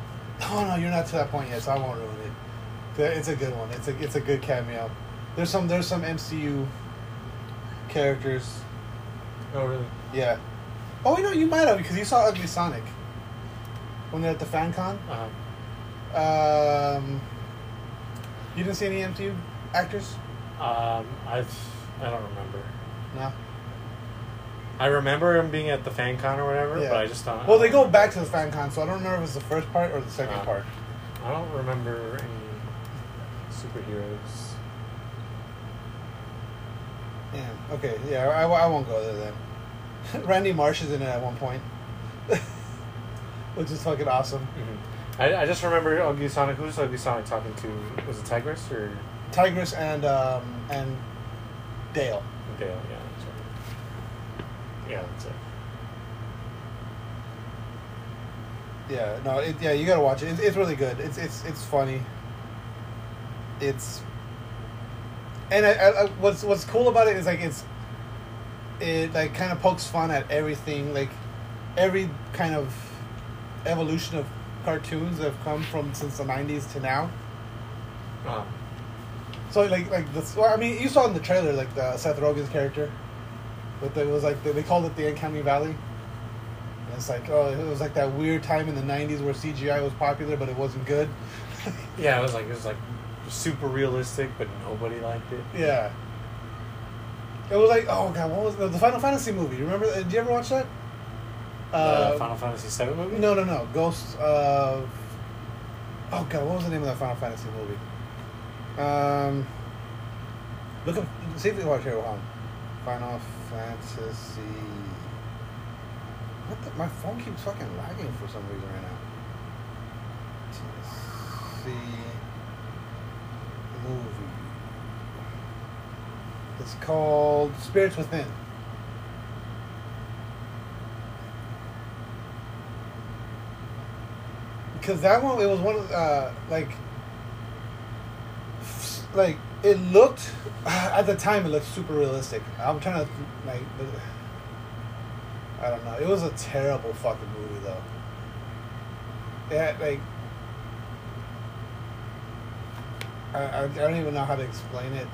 S4: oh no you're not to that point yet so I won't ruin it. But It's a good one. It's a it's a good cameo. There's some there's some MCU characters.
S5: Oh really?
S4: Yeah. Oh you know you might have because you saw Ugly Sonic when they're at the fan con.
S5: Uh,
S4: Um, you didn't see any MCU actors?
S5: um, I've I don't remember.
S4: No.
S5: I remember him being at the fan con or whatever,
S4: Yeah.
S5: but I just don't.
S4: Well, they go back to the fan con, so I don't remember if it's the first part or the second
S5: Uh.
S4: part.
S5: I don't remember any superheroes.
S4: Yeah. Okay. Yeah. I, I won't go there then. Randy Marsh is in it at one point, which is fucking awesome. Mm-hmm.
S5: hmm I, I just remember Ugly Sonic. Who's Ugly Sonic talking to? Was it Tigress or
S4: Tigress and um, and Dale.
S5: Dale? Yeah. that's right. Yeah, that's it.
S4: Yeah. No. It, yeah. You gotta watch it. It's, it's really good. It's it's it's funny. It's. And I, I, I- what's what's cool about it is like it's. It like kind of pokes fun at everything, like every kind of evolution of cartoons that have come from since the '90s to now.
S5: Uh,
S4: So like like this. Well, I mean, you saw in the trailer like the Seth Rogen's character, but it was like they, they called it the Uncanny Valley. And it's like oh, it was like that weird time in the '90s where CGI was popular, but it wasn't good.
S5: yeah, it was like it was like super realistic, but nobody liked it.
S4: yeah. It was like oh god, what was the, the Final Fantasy movie? You remember? Did you ever watch that?
S5: the Final Fantasy VII movie?
S4: uh, No, no, no. Ghosts of. Oh god, what was the name of that Final Fantasy movie? Um. Look up. See if you watch here. Hold on. Final Fantasy. What the? My phone keeps fucking lagging for some reason right now. See movie. It's called Spirits Within. Because that one, it was one of uh, like, f- like it looked at the time it looked super realistic. I'm trying to like, but I don't know. It was a terrible fucking movie though. Yeah, like I, I, I don't even know how to explain it.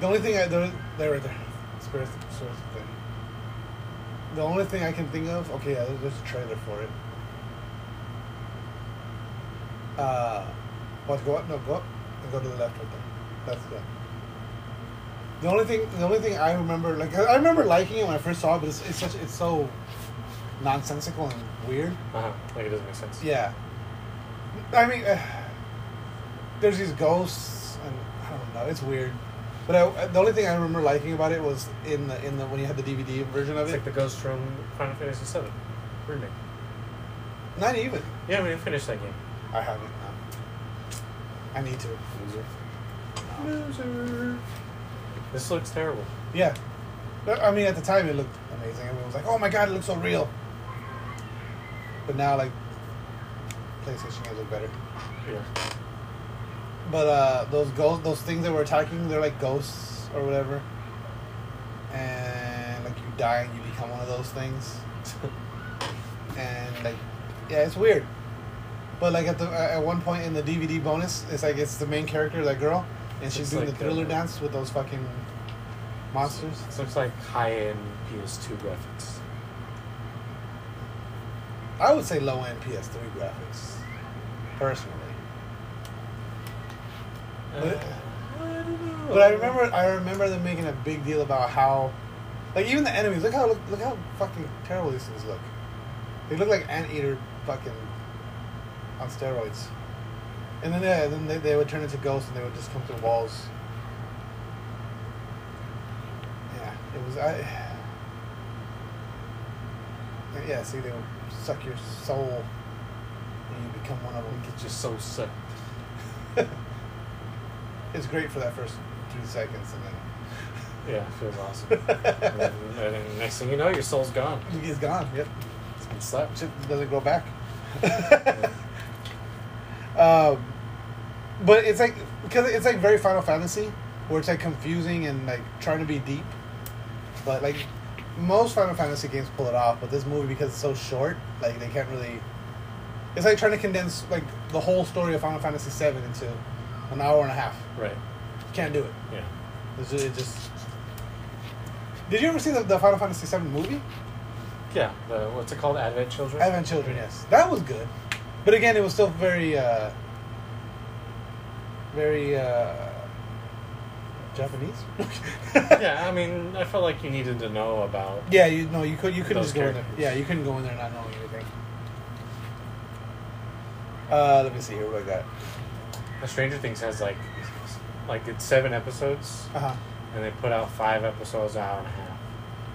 S4: The only thing I there there right there, spirits, spirits thing. The only thing I can think of, okay, yeah, there's a trailer for it. Uh, what go up? No, go up and go to the left right there. That's yeah. The only thing, the only thing I remember, like I I remember liking it when I first saw it, but it's, it's such, it's so nonsensical and weird.
S5: Uh-huh. Like it doesn't make sense.
S4: Yeah. I mean, uh, there's these ghosts, and I don't know. It's weird. But I, the only thing I remember liking about it was in the in the when you had the DVD version of
S5: It's
S4: it.
S5: like the ghost from Final Fantasy VII remake.
S4: Not even.
S5: Yeah, we didn't finish that game.
S4: I haven't. No. I need to.
S5: Loser. This looks terrible.
S4: Yeah. But, I mean, at the time it looked amazing. Everyone was like, "Oh my god, it looks so real." But now, like, PlayStation games look better.
S5: Yeah.
S4: But uh, those ghosts, those things that were attacking, they're like ghosts or whatever. And like you die and you become one of those things. and like, yeah, it's weird. But like at the at one point in the DVD bonus, it's like it's the main character, that girl, and she's
S5: It's
S4: doing
S5: like,
S4: the thriller
S5: uh,
S4: dance with those fucking monsters.
S5: This looks like high-end PS2 graphics.
S4: I would say low end PS3 graphics, personally. But-
S5: I don't know.
S4: But I remember, I remember them making a big deal about how, like even the enemies. Look how look, look how fucking terrible these things look. They look like anteater fucking on steroids. And then, yeah, then they, they would turn into ghosts and they would just come through walls. Yeah, it was I. Yeah, see, they would suck your soul, and you become one of them.
S5: It's just so sick.
S4: it's great for that first three seconds, and
S5: Yeah, it feels awesome. and,
S4: then
S5: then, and then next thing you know, your soul's gone.
S4: he's gone. Yep,
S5: It's been slapped.
S4: Shit doesn't grow back. um, but it's like because it's like very Final Fantasy, where it's like confusing and like trying to be deep, but like most Final Fantasy games pull it off. But this movie, because it's so short, like they can't really. It's like trying to condense like the whole story of Final Fantasy VII into an hour and a half.
S5: Right.
S4: Can't do it.
S5: Yeah.
S4: It's just, it just. Did you ever see the, the Final Fantasy VII movie?
S5: Yeah. The, what's it called? Advent Children.
S4: Advent Children, yes. That was good. But again, it was still very, uh, very, uh, Japanese?
S5: yeah. I mean, I felt like you needed to know about.
S4: Yeah, you know, you could you couldn't
S5: Those
S4: just go in there.
S5: characters.
S4: Yeah, you couldn't go in there not knowing anything. Uh, let me see here what I got.
S5: Stranger Things has like, like it's seven episodes,
S4: Uh huh.
S5: and they put out five episodes, an hour and a half.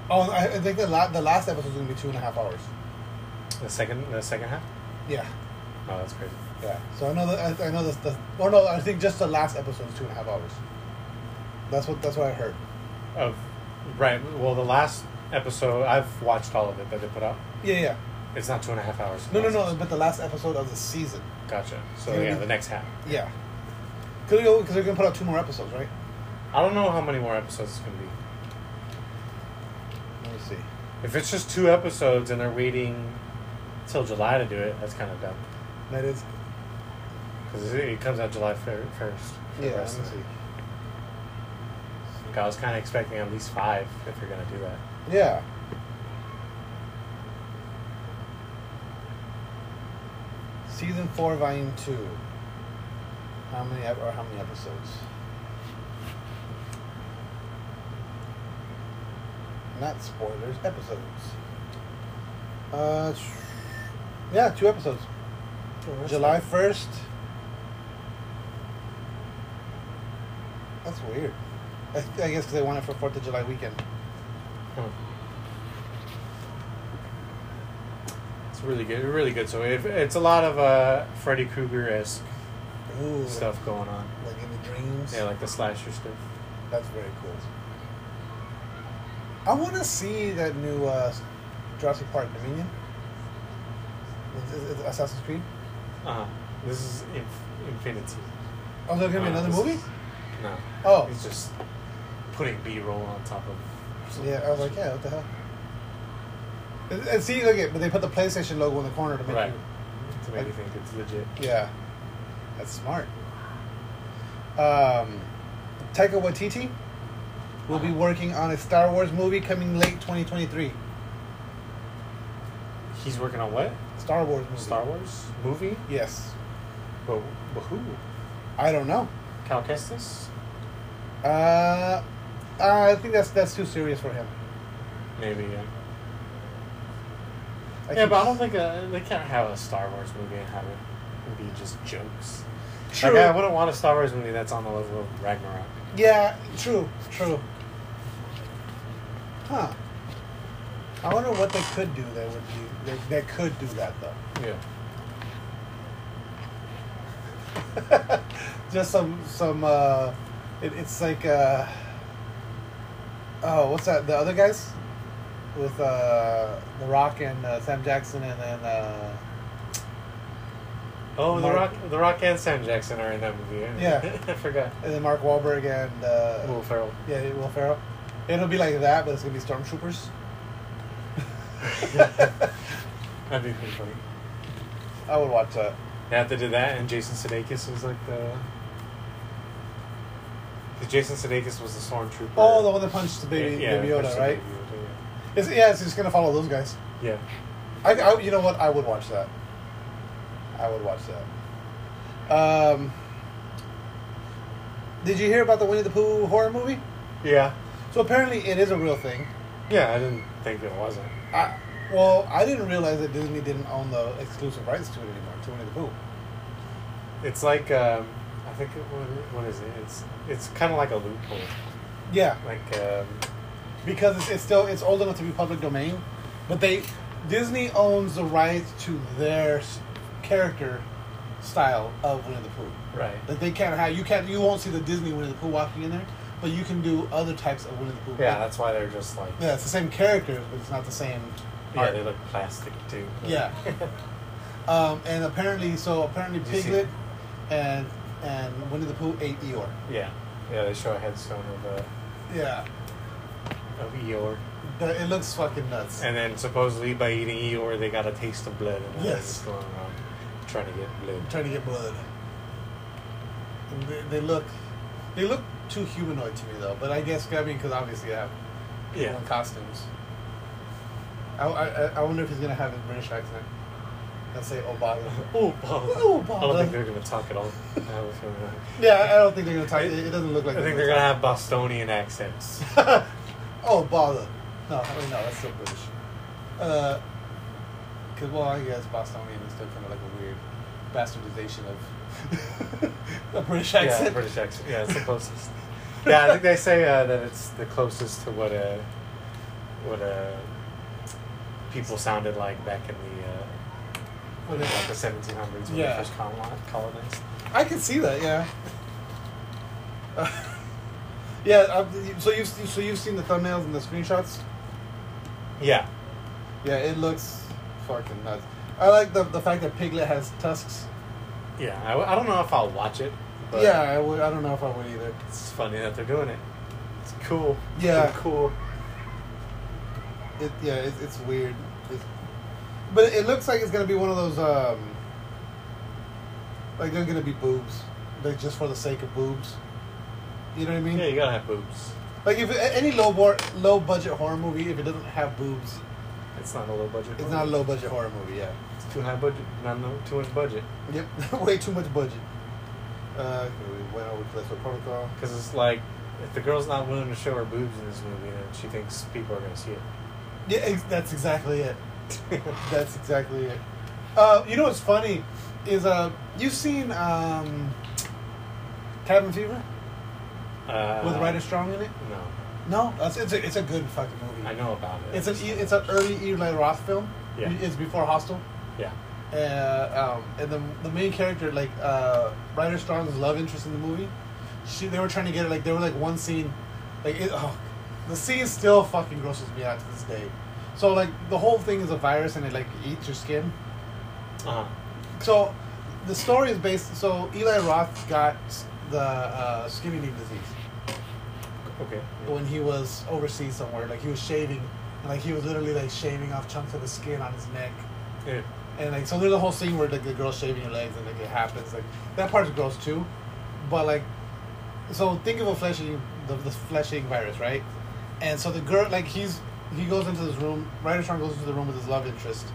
S4: Oh, I I think the, la- the last episode is going to be two and a half hours.
S5: The second, the second half.
S4: Yeah.
S5: Oh, that's crazy.
S4: Yeah. So I know that I, I know this. The, or no, I think just the last episode is two and a half hours. That's what that's what I heard.
S5: Of right. Well, the last episode I've watched all of it that they put out.
S4: Yeah, yeah.
S5: It's not two and a half hours.
S4: No, no, no. But the last episode of the season.
S5: Gotcha. So
S4: Yeah,
S5: yeah,
S4: we-
S5: the next half.
S4: Yeah. Because they're going to put out two more episodes, right?
S5: I don't know how many more episodes it's gonna be.
S4: Let me see.
S5: If it's just two episodes and they're waiting till July to do it, that's kind of dumb.
S4: That is.
S5: Because it, it comes out July fir- first. for the
S4: Yeah. Let
S5: rest
S4: me
S5: of it.
S4: see.
S5: Like, I was kind of expecting at least five if you're gonna do that.
S4: Yeah. Season four, volume two. How many ep- or how many episodes? Not spoilers, episodes. Uh, sh- yeah, two episodes. July first. That's weird. I, I guess 'cause they want it for Fourth of July weekend.
S5: Hmm. It's really good. Really good. So it, it's a lot of uh, Freddy Krueger esque
S4: Ooh.
S5: stuff going on.
S4: Like in the dreams.
S5: Yeah, like the slasher stuff.
S4: That's very cool. I want to see that new uh, Jurassic Park Dominion. Is, is, is Assassin's Creed. Uh-huh.
S5: Uh, this is inf- Infinity.
S4: Oh, there's gonna be
S5: Uh,
S4: another
S5: this
S4: movie.
S5: is- no.
S4: Oh.
S5: It's just putting B roll on top of.
S4: Yeah, I was like, yeah, what the hell. And, and see, look at, but they put the PlayStation logo in the corner to make
S5: Right.
S4: you.
S5: To make you think it's legit.
S4: Yeah, that's smart. Um, Taika Waititi will be working on a Star Wars movie coming late 2023.
S5: He's working on what?
S4: Star Wars movie.
S5: Star Wars movie?
S4: Yes.
S5: But, but who?
S4: I don't know.
S5: Cal Kestis?
S4: Uh, I think that's that's too serious for him.
S5: Maybe. Yeah.
S4: I
S5: yeah,
S4: keep-
S5: but I don't think uh, they can't have a Star Wars movie and have it be just jokes.
S4: True.
S5: Like, I wouldn't want a Star Wars movie that's on the level of Ragnarok.
S4: Yeah, true, true. Huh. I wonder what they could do that would be that, that could do that though.
S5: Yeah.
S4: Just some some uh, it, it's like uh, oh, what's that? The other guys with uh, The Rock and uh, Sam Jackson and then uh,
S5: Oh, The
S4: Mark-
S5: Rock, The Rock and Sam Jackson are in that movie.
S4: Yeah.
S5: I forgot.
S4: and then Mark Wahlberg and uh,
S5: Will Ferrell.
S4: Yeah, Will Ferrell. It'll be like that, but it's gonna be stormtroopers.
S5: That'd be pretty funny.
S4: I would watch that.
S5: They have to do that, and Jason Sudeikis was like the. Because Jason Sudeikis was the stormtrooper.
S4: Oh, the one that punched the baby,
S5: Yeah, yeah,
S4: baby
S5: punched
S4: Yoda,
S5: the
S4: right?
S5: Baby Yoda,
S4: It's, yeah, it's just gonna follow those guys.
S5: yeah.
S4: I, I- you know what? I would watch that. I would watch that. Um, did you hear about the Winnie the Pooh horror movie?
S5: Yeah.
S4: So apparently, it is a real thing.
S5: Yeah. Yeah, I didn't think it wasn't.
S4: I, well, I didn't realize that Disney didn't own the exclusive rights to it anymore. To Winnie the Pooh.
S5: It's like um, I think it, what, what is it? It's it's kind of like a loophole,
S4: Yeah,
S5: like um,
S4: because it's, it's still it's old enough to be public domain, but they Disney owns the rights to their s- character style of Winnie the Pooh.
S5: right.
S4: Like they can't have you can't you won't see the Disney Winnie the Pooh walking in there, but you can do other types of Winnie the Pooh.
S5: Yeah, that's why they're just like
S4: yeah, it's the same character, but it's not the same.
S5: yeah,
S4: art.
S5: they look plastic too.
S4: Yeah. um, and apparently, so apparently
S5: Did you see-
S4: Piglet and and Winnie the Pooh ate Eeyore.
S5: yeah, yeah. They show a headstone of uh,
S4: Yeah,
S5: of Eeyore,
S4: but it looks fucking nuts.
S5: and then supposedly by eating Eeyore, they got a taste of blood, and
S4: Yes.
S5: that's going around trying to get blood.
S4: trying to get blood. And they, they look, they look too humanoid to me though. But I guess I mean because obviously they have
S5: Yeah,
S4: in costumes. I, I, I- I wonder if he's gonna have a British accent. Let's say Obama.
S5: Oh, Bob.
S4: Oh,
S5: I don't
S4: Bob.
S5: think they're gonna talk at all. I have a feeling that-
S4: yeah, I don't think they're gonna talk. It, it doesn't look
S5: I
S4: like.
S5: think they're gonna have Bostonian accents.
S4: gonna. oh, bother. No, I mean, no, that's still British. Uh, cause well, I guess Bostonian is still kind of like a weird bastardization of a British accent.
S5: Yeah, British accent. Yeah, it's the closest. yeah, I think they say uh, that it's the closest to what uh, what uh, people sounded like back in the uh, what is it, like the 1700s when
S4: Yeah.
S5: they first colonized. colonized.
S4: I can see that. Yeah. yeah. i so you've so you've seen the thumbnails and the screenshots.
S5: Yeah,
S4: Yeah, it looks fucking nuts. I like the the fact that Piglet has tusks.
S5: yeah. I, w- I don't know if I'll watch it, but
S4: yeah, I, would, I don't know if I would either.
S5: it's funny that they're doing it. It's cool.
S4: Yeah.
S5: It's cool.
S4: It yeah, it, it's weird. It's, but it looks like it's gonna be one of those um, like they're gonna be boobs, like just for the sake of boobs. You know what I mean?
S5: Yeah, you gotta have boobs.
S4: Like if a- any low bar, low budget horror movie, if it doesn't have boobs,
S5: It's not a low budget.
S4: it's
S5: movie.
S4: not a low budget horror movie. Yeah.
S5: It's too high budget. Not no, too much budget.
S4: Yep. Way too much budget. Uh, went over to Lesser Protocol.
S5: Because it's like, if the girl's not willing to show her boobs in this movie, then she thinks people are gonna see
S4: Yeah, ex- that's exactly it.
S5: it.
S4: That's exactly it. Uh, you know what's funny is uh, you've seen um, Cabin Fever
S5: uh,
S4: with Ryder Strong in it.
S5: No,
S4: No, that's, it's a it's a good fucking movie.
S5: I know about it.
S4: It's an E- it's an early Eli Roth film.
S5: Yeah.
S4: It's before Hostel.
S5: yeah.
S4: Uh, um, and the, the main character, like uh, Ryder Strong's love interest in the movie, she they were trying to get her like there were like one scene, like it, oh, the scene still fucking grosses me out to this day. So like the whole thing is a virus and it like eats your skin.
S5: Uh-huh.
S4: So the story is based. So Eli Roth got s- the uh, skinny disease
S5: Okay.
S4: when he was overseas somewhere. Like he was shaving, and like he was literally like shaving off chunks of his skin on his neck.
S5: Yeah.
S4: And like so, there's a whole scene where like the girl's shaving her legs, and like it happens. Like that part's gross too, but like, so think of a flesh eating the, the flesh eating virus, right? And so the girl, like he's he goes into this room. Ryder Strong goes into the room with his love interest,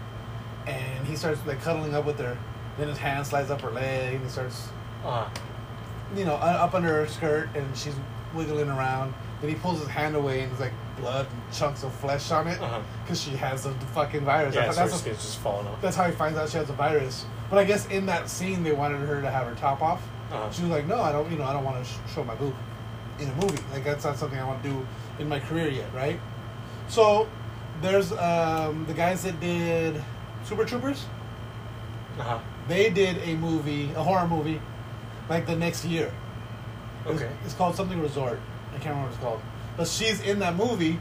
S4: and he starts like cuddling up with her. Then his hand slides up her leg, and he starts, Uh-huh.
S5: Uh,
S4: you know, u- up under her skirt, and she's wiggling around. Then he pulls his hand away, and there's like blood and chunks of flesh on it,
S5: Uh-huh.
S4: because she has the fucking virus. I
S5: yeah,
S4: thought
S5: so her
S4: that's a-
S5: skin's just falling off.
S4: that's how he finds out she has a virus. But I guess in that scene, they wanted her to have her top off.
S5: Uh-huh.
S4: She was like, "No, I don't. You know, I don't want to sh- show my boob in a movie. Like that's not something I want to do in my career yet, right?" So there's um, the guys that did Super Troopers.
S5: Uh-huh.
S4: They did a movie, a horror movie, like the next year. It was-
S5: Okay.
S4: It's called something Resort. I can't remember what it's called. But she's in that movie,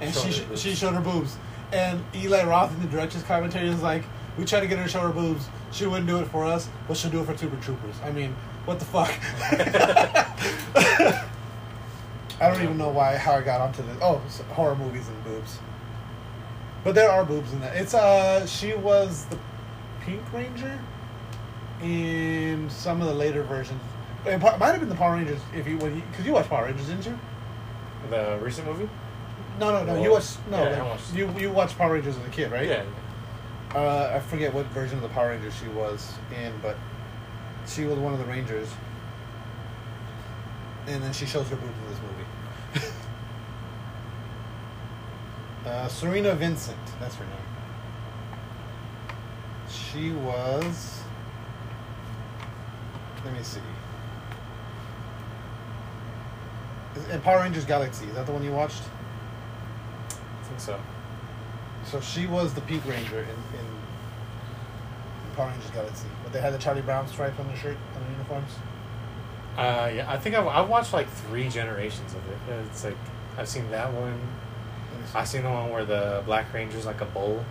S4: and
S5: Showing
S4: she
S5: her
S4: sh-
S5: boobs.
S4: she showed her boobs. And Eli Roth in the director's commentary is like, "We tried to get her to show her boobs. She wouldn't do it for us, but she'll do it for Super Troopers." I mean, what the fuck? I don't even know why how I got onto this. Oh, s- horror movies and boobs. But there are boobs in that. It's uh, she was the Pink Ranger in some of the later versions. It po- might have been the Power Rangers if you when because you watched Power Rangers, didn't you?
S5: The recent movie?
S4: No, no, no.
S5: No.
S4: You watched no.
S5: Yeah, I
S4: like,
S5: watched-
S4: You you watched Power Rangers as a kid, right?
S5: Yeah.
S4: Uh, I forget what version of the Power Rangers she was in, but she was one of the Rangers. And then she shows her boobs in this movie. uh, Serena Vincent, that's her name. She was. Let me see. Is- And Power Rangers Galaxy, is that the one you watched?
S5: I think so.
S4: So she was the Pink Ranger in, in Power Rangers Galaxy, but they had the Charlie Brown stripe on their shirt on their uniforms.
S5: Uh, yeah, I think I, I watched like three generations of it. It's like, I've seen that one. I've seen the one where the Black Ranger's like a bull.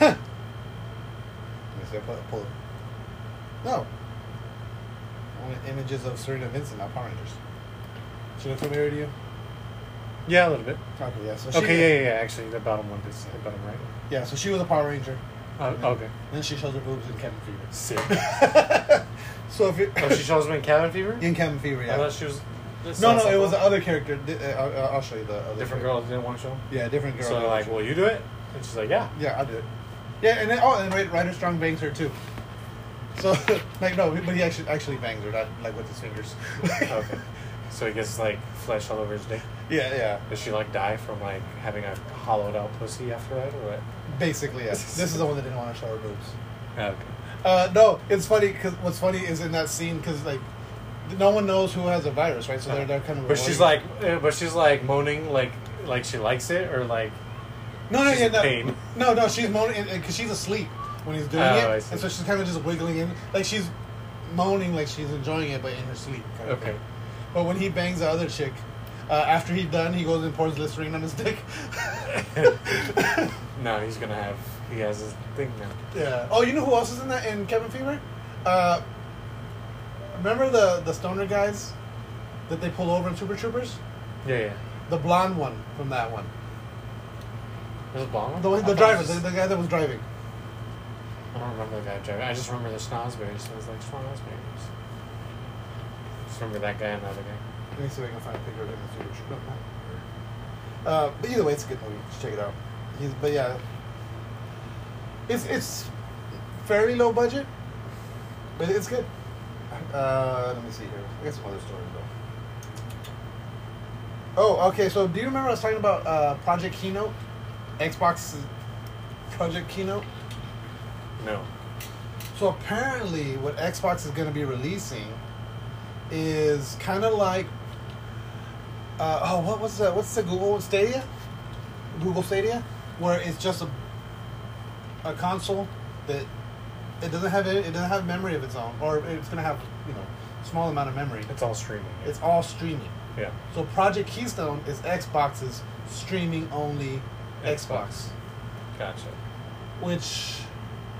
S4: Let me see, I pull, pull it. No. Only images of Serena Vincent, not Power Rangers. She look familiar to you?
S5: Yeah, a little bit.
S4: Okay, yeah. So she,
S5: Okay, yeah, yeah, yeah, actually, the bottom one is the bottom right. one.
S4: Yeah, so she was a Power Ranger. And
S5: Oh, okay.
S4: Then she shows her boobs in Cabin Fever.
S5: Sick.
S4: so if you
S5: oh, she shows me in Cabin Fever?
S4: in Cabin Fever,
S5: I
S4: yeah.
S5: thought she was. this
S4: no,
S5: sounds
S4: no,
S5: like
S4: it was
S5: a
S4: the other character. Di- uh, I'll, I'll show you the other
S5: different
S4: character.
S5: girl didn't want to show. 'em?
S4: Yeah, different girl.
S5: So they're like, will you do it? And she's like, yeah.
S4: Yeah, I'll do it. Yeah, and then, oh, and Ryder, Ryder Strong bangs her too. So, like, no, but he actually actually bangs her, not like with his fingers.
S5: okay. So he gets like flesh all over his dick.
S4: Yeah, yeah.
S5: Does she like die from like having a hollowed out pussy after that or what?
S4: Basically, yeah. This is the one that didn't want to show her boobs.
S5: Okay.
S4: Uh, no, it's funny because what's funny is in that scene because like no one knows who has a virus, right? So they're, they're kind of.
S5: But she's like,
S4: avoiding-
S5: uh, but she's like moaning, like like she likes it, or like
S4: no, no,
S5: she's
S4: yeah,
S5: in
S4: no,
S5: pain.
S4: no, no. She's moaning because she's asleep when he's doing
S5: Oh, I
S4: it,
S5: see.
S4: and so she's kind of just wiggling in, like she's moaning, like she's enjoying it, but in her sleep. kind of
S5: okay.
S4: thing. But when he bangs the other chick, uh, after he's done, he goes and pours Listerine on his dick.
S5: No, he's gonna have he has his thing now.
S4: Yeah. Oh, you know who else is in that in Kevin Fever? Uh, remember the the stoner guys that they pull over in Super Troopers?
S5: Yeah, yeah.
S4: The blonde one from that one.
S5: There's a bomb.
S4: The, one- the
S5: I thought
S4: driver,
S5: it was-
S4: the, the guy that was driving.
S5: I don't remember the guy driving. I just remember the schnozberries. So I was like schnozberries. Just remember that guy and the other guy.
S4: Let me see if I can find a picture of him in Super Troopers. No. Uh, but either way, it's a good movie. You should check it out. He's, but yeah, it's it's fairly low budget, but it's good. Uh, let me see here. I got some other stories though. Oh, okay. So do you remember I was talking about uh, Project Keynote, Xbox Project Keynote?
S5: No.
S4: So apparently, what Xbox is going to be releasing is kind of like, uh, oh, what was the, what's the Google Stadia? Google Stadia, where it's just a a console that it doesn't have it doesn't have memory of its own, or it's going to have you know small amount of memory.
S5: It's all streaming. yeah.
S4: It's all streaming.
S5: yeah.
S4: So Project Keystone is Xbox's streaming only Xbox
S5: Xbox. Gotcha.
S4: which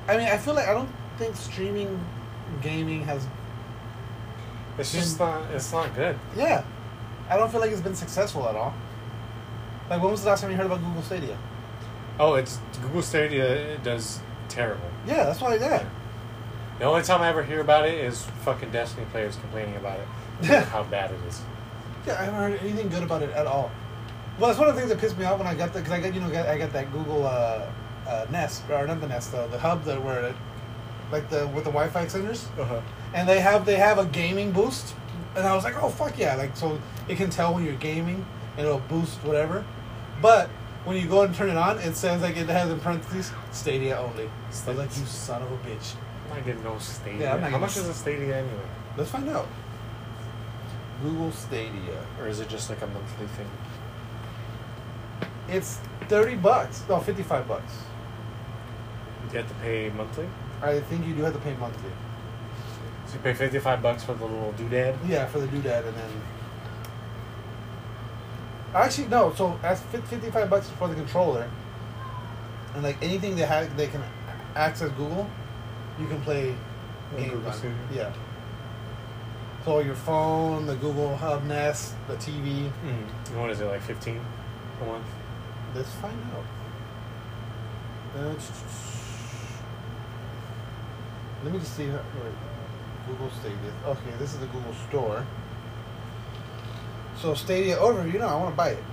S4: I mean, I feel like I don't think streaming gaming has.
S5: It's
S4: Then-
S5: just not. It's not good.
S4: Yeah, I don't feel like it's been successful at all. Like, when was the last time you heard about Google Stadia?
S5: Oh, it's Google Stadia it does terrible.
S4: Yeah, that's why. Yeah,
S5: The only time I ever hear about it is fucking Destiny players complaining about it.
S4: Yeah.
S5: How bad it is.
S4: yeah, I haven't heard anything good about it at all. Well, that's one of the things that pissed me off when I got the because I got you know got, I got that Google uh, uh, Nest or not the Nest though the hub that where it, like the with the Wi-Fi extenders.
S5: Uh-huh.
S4: and they have they have a gaming boost, and I was like, oh fuck yeah! Like so, it can tell when you're gaming, and it'll boost whatever. But when you go and turn it on, it says like it has in parentheses Stadia only. So I was like you son of a bitch.
S5: I'm not getting no Stadia.
S4: Yeah, I'm not
S5: How much
S4: getting-
S5: is a Stadia anyway?
S4: Let's find out. Google Stadia.
S5: Or is it just like a monthly thing?
S4: It's thirty bucks. No, fifty-five bucks.
S5: You have to pay monthly.
S4: I think you do have to pay monthly.
S5: So you pay fifty-five bucks for the little doodad.
S4: Yeah, for the doodad, and then. Actually, no. So that's fif- fifty-five bucks for the controller, and like anything they have, they can access Google. You can play
S5: On
S4: games
S5: Google
S4: on.
S5: Stadia.
S4: Yeah. So your phone, the Google Hub Nest, the TV.
S5: Mm. What is it like fifteen a month?
S4: Let's find out. Uh, Let me just see. How, wait, Google Stadia. Okay, this is the Google Store. So Stadia overview. No, I want to buy it.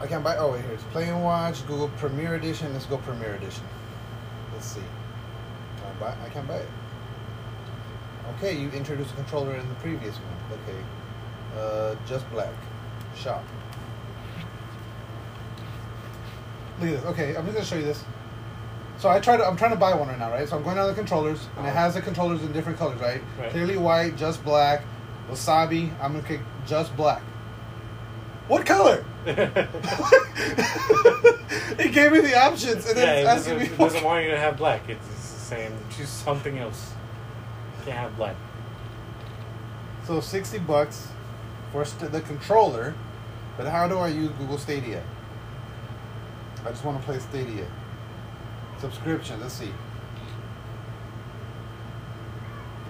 S4: I can't buy. Oh wait, here it's Play and Watch, Google Premier Edition. Let's go Premier Edition. Let's see. Can I buy? I can't buy it. Okay, you introduced a controller in the previous one. Okay, uh, just black. Shop. Look at this. Okay, I'm just gonna show you this. So I try to. I'm trying to buy one right now, right? So I'm going down the controllers, and it has the controllers in different colors, right?
S5: Right.
S4: Clearly white, just black. Wasabi. I'm gonna pick just black. What color? it gave me the options, and then
S5: yeah, it
S4: it's asking
S5: doesn't,
S4: me.
S5: it
S4: what-
S5: doesn't want you to have black. It's it's the same. Choose something else. Can't have black.
S4: So sixty bucks for st- the controller, but how do I use Google Stadia? I just want to play Stadia. Subscription. Let's see.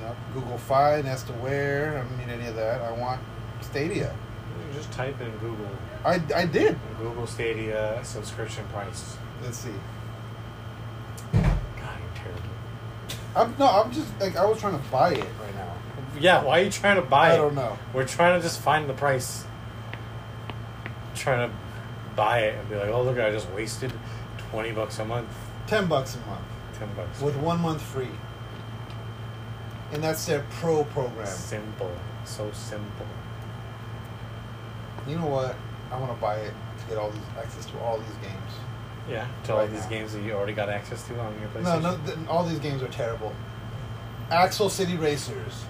S4: Yep. Google Fi, Nest Aware. I don't need any of that. I want Stadia.
S5: You just type in Google
S4: I, I did.
S5: Google Stadia subscription price.
S4: Let's see.
S5: God, you're terrible.
S4: I'm no. I'm just like I was trying to buy it right now.
S5: Yeah, why are you trying to buy
S4: I
S5: it?
S4: don't know.
S5: We're trying to just find the price. Trying to buy it and be like, oh look, I just wasted twenty bucks a month,
S4: Ten bucks a month
S5: ten bucks.
S4: with one month free, and that's their pro program.
S5: Simple, so simple.
S4: You know what? I want to buy it to get all these access to all these games.
S5: Yeah, to all
S4: Right
S5: these
S4: now.
S5: games that you already got access to on your PlayStation.
S4: No, no, th- all these games are terrible. Axel City Racers,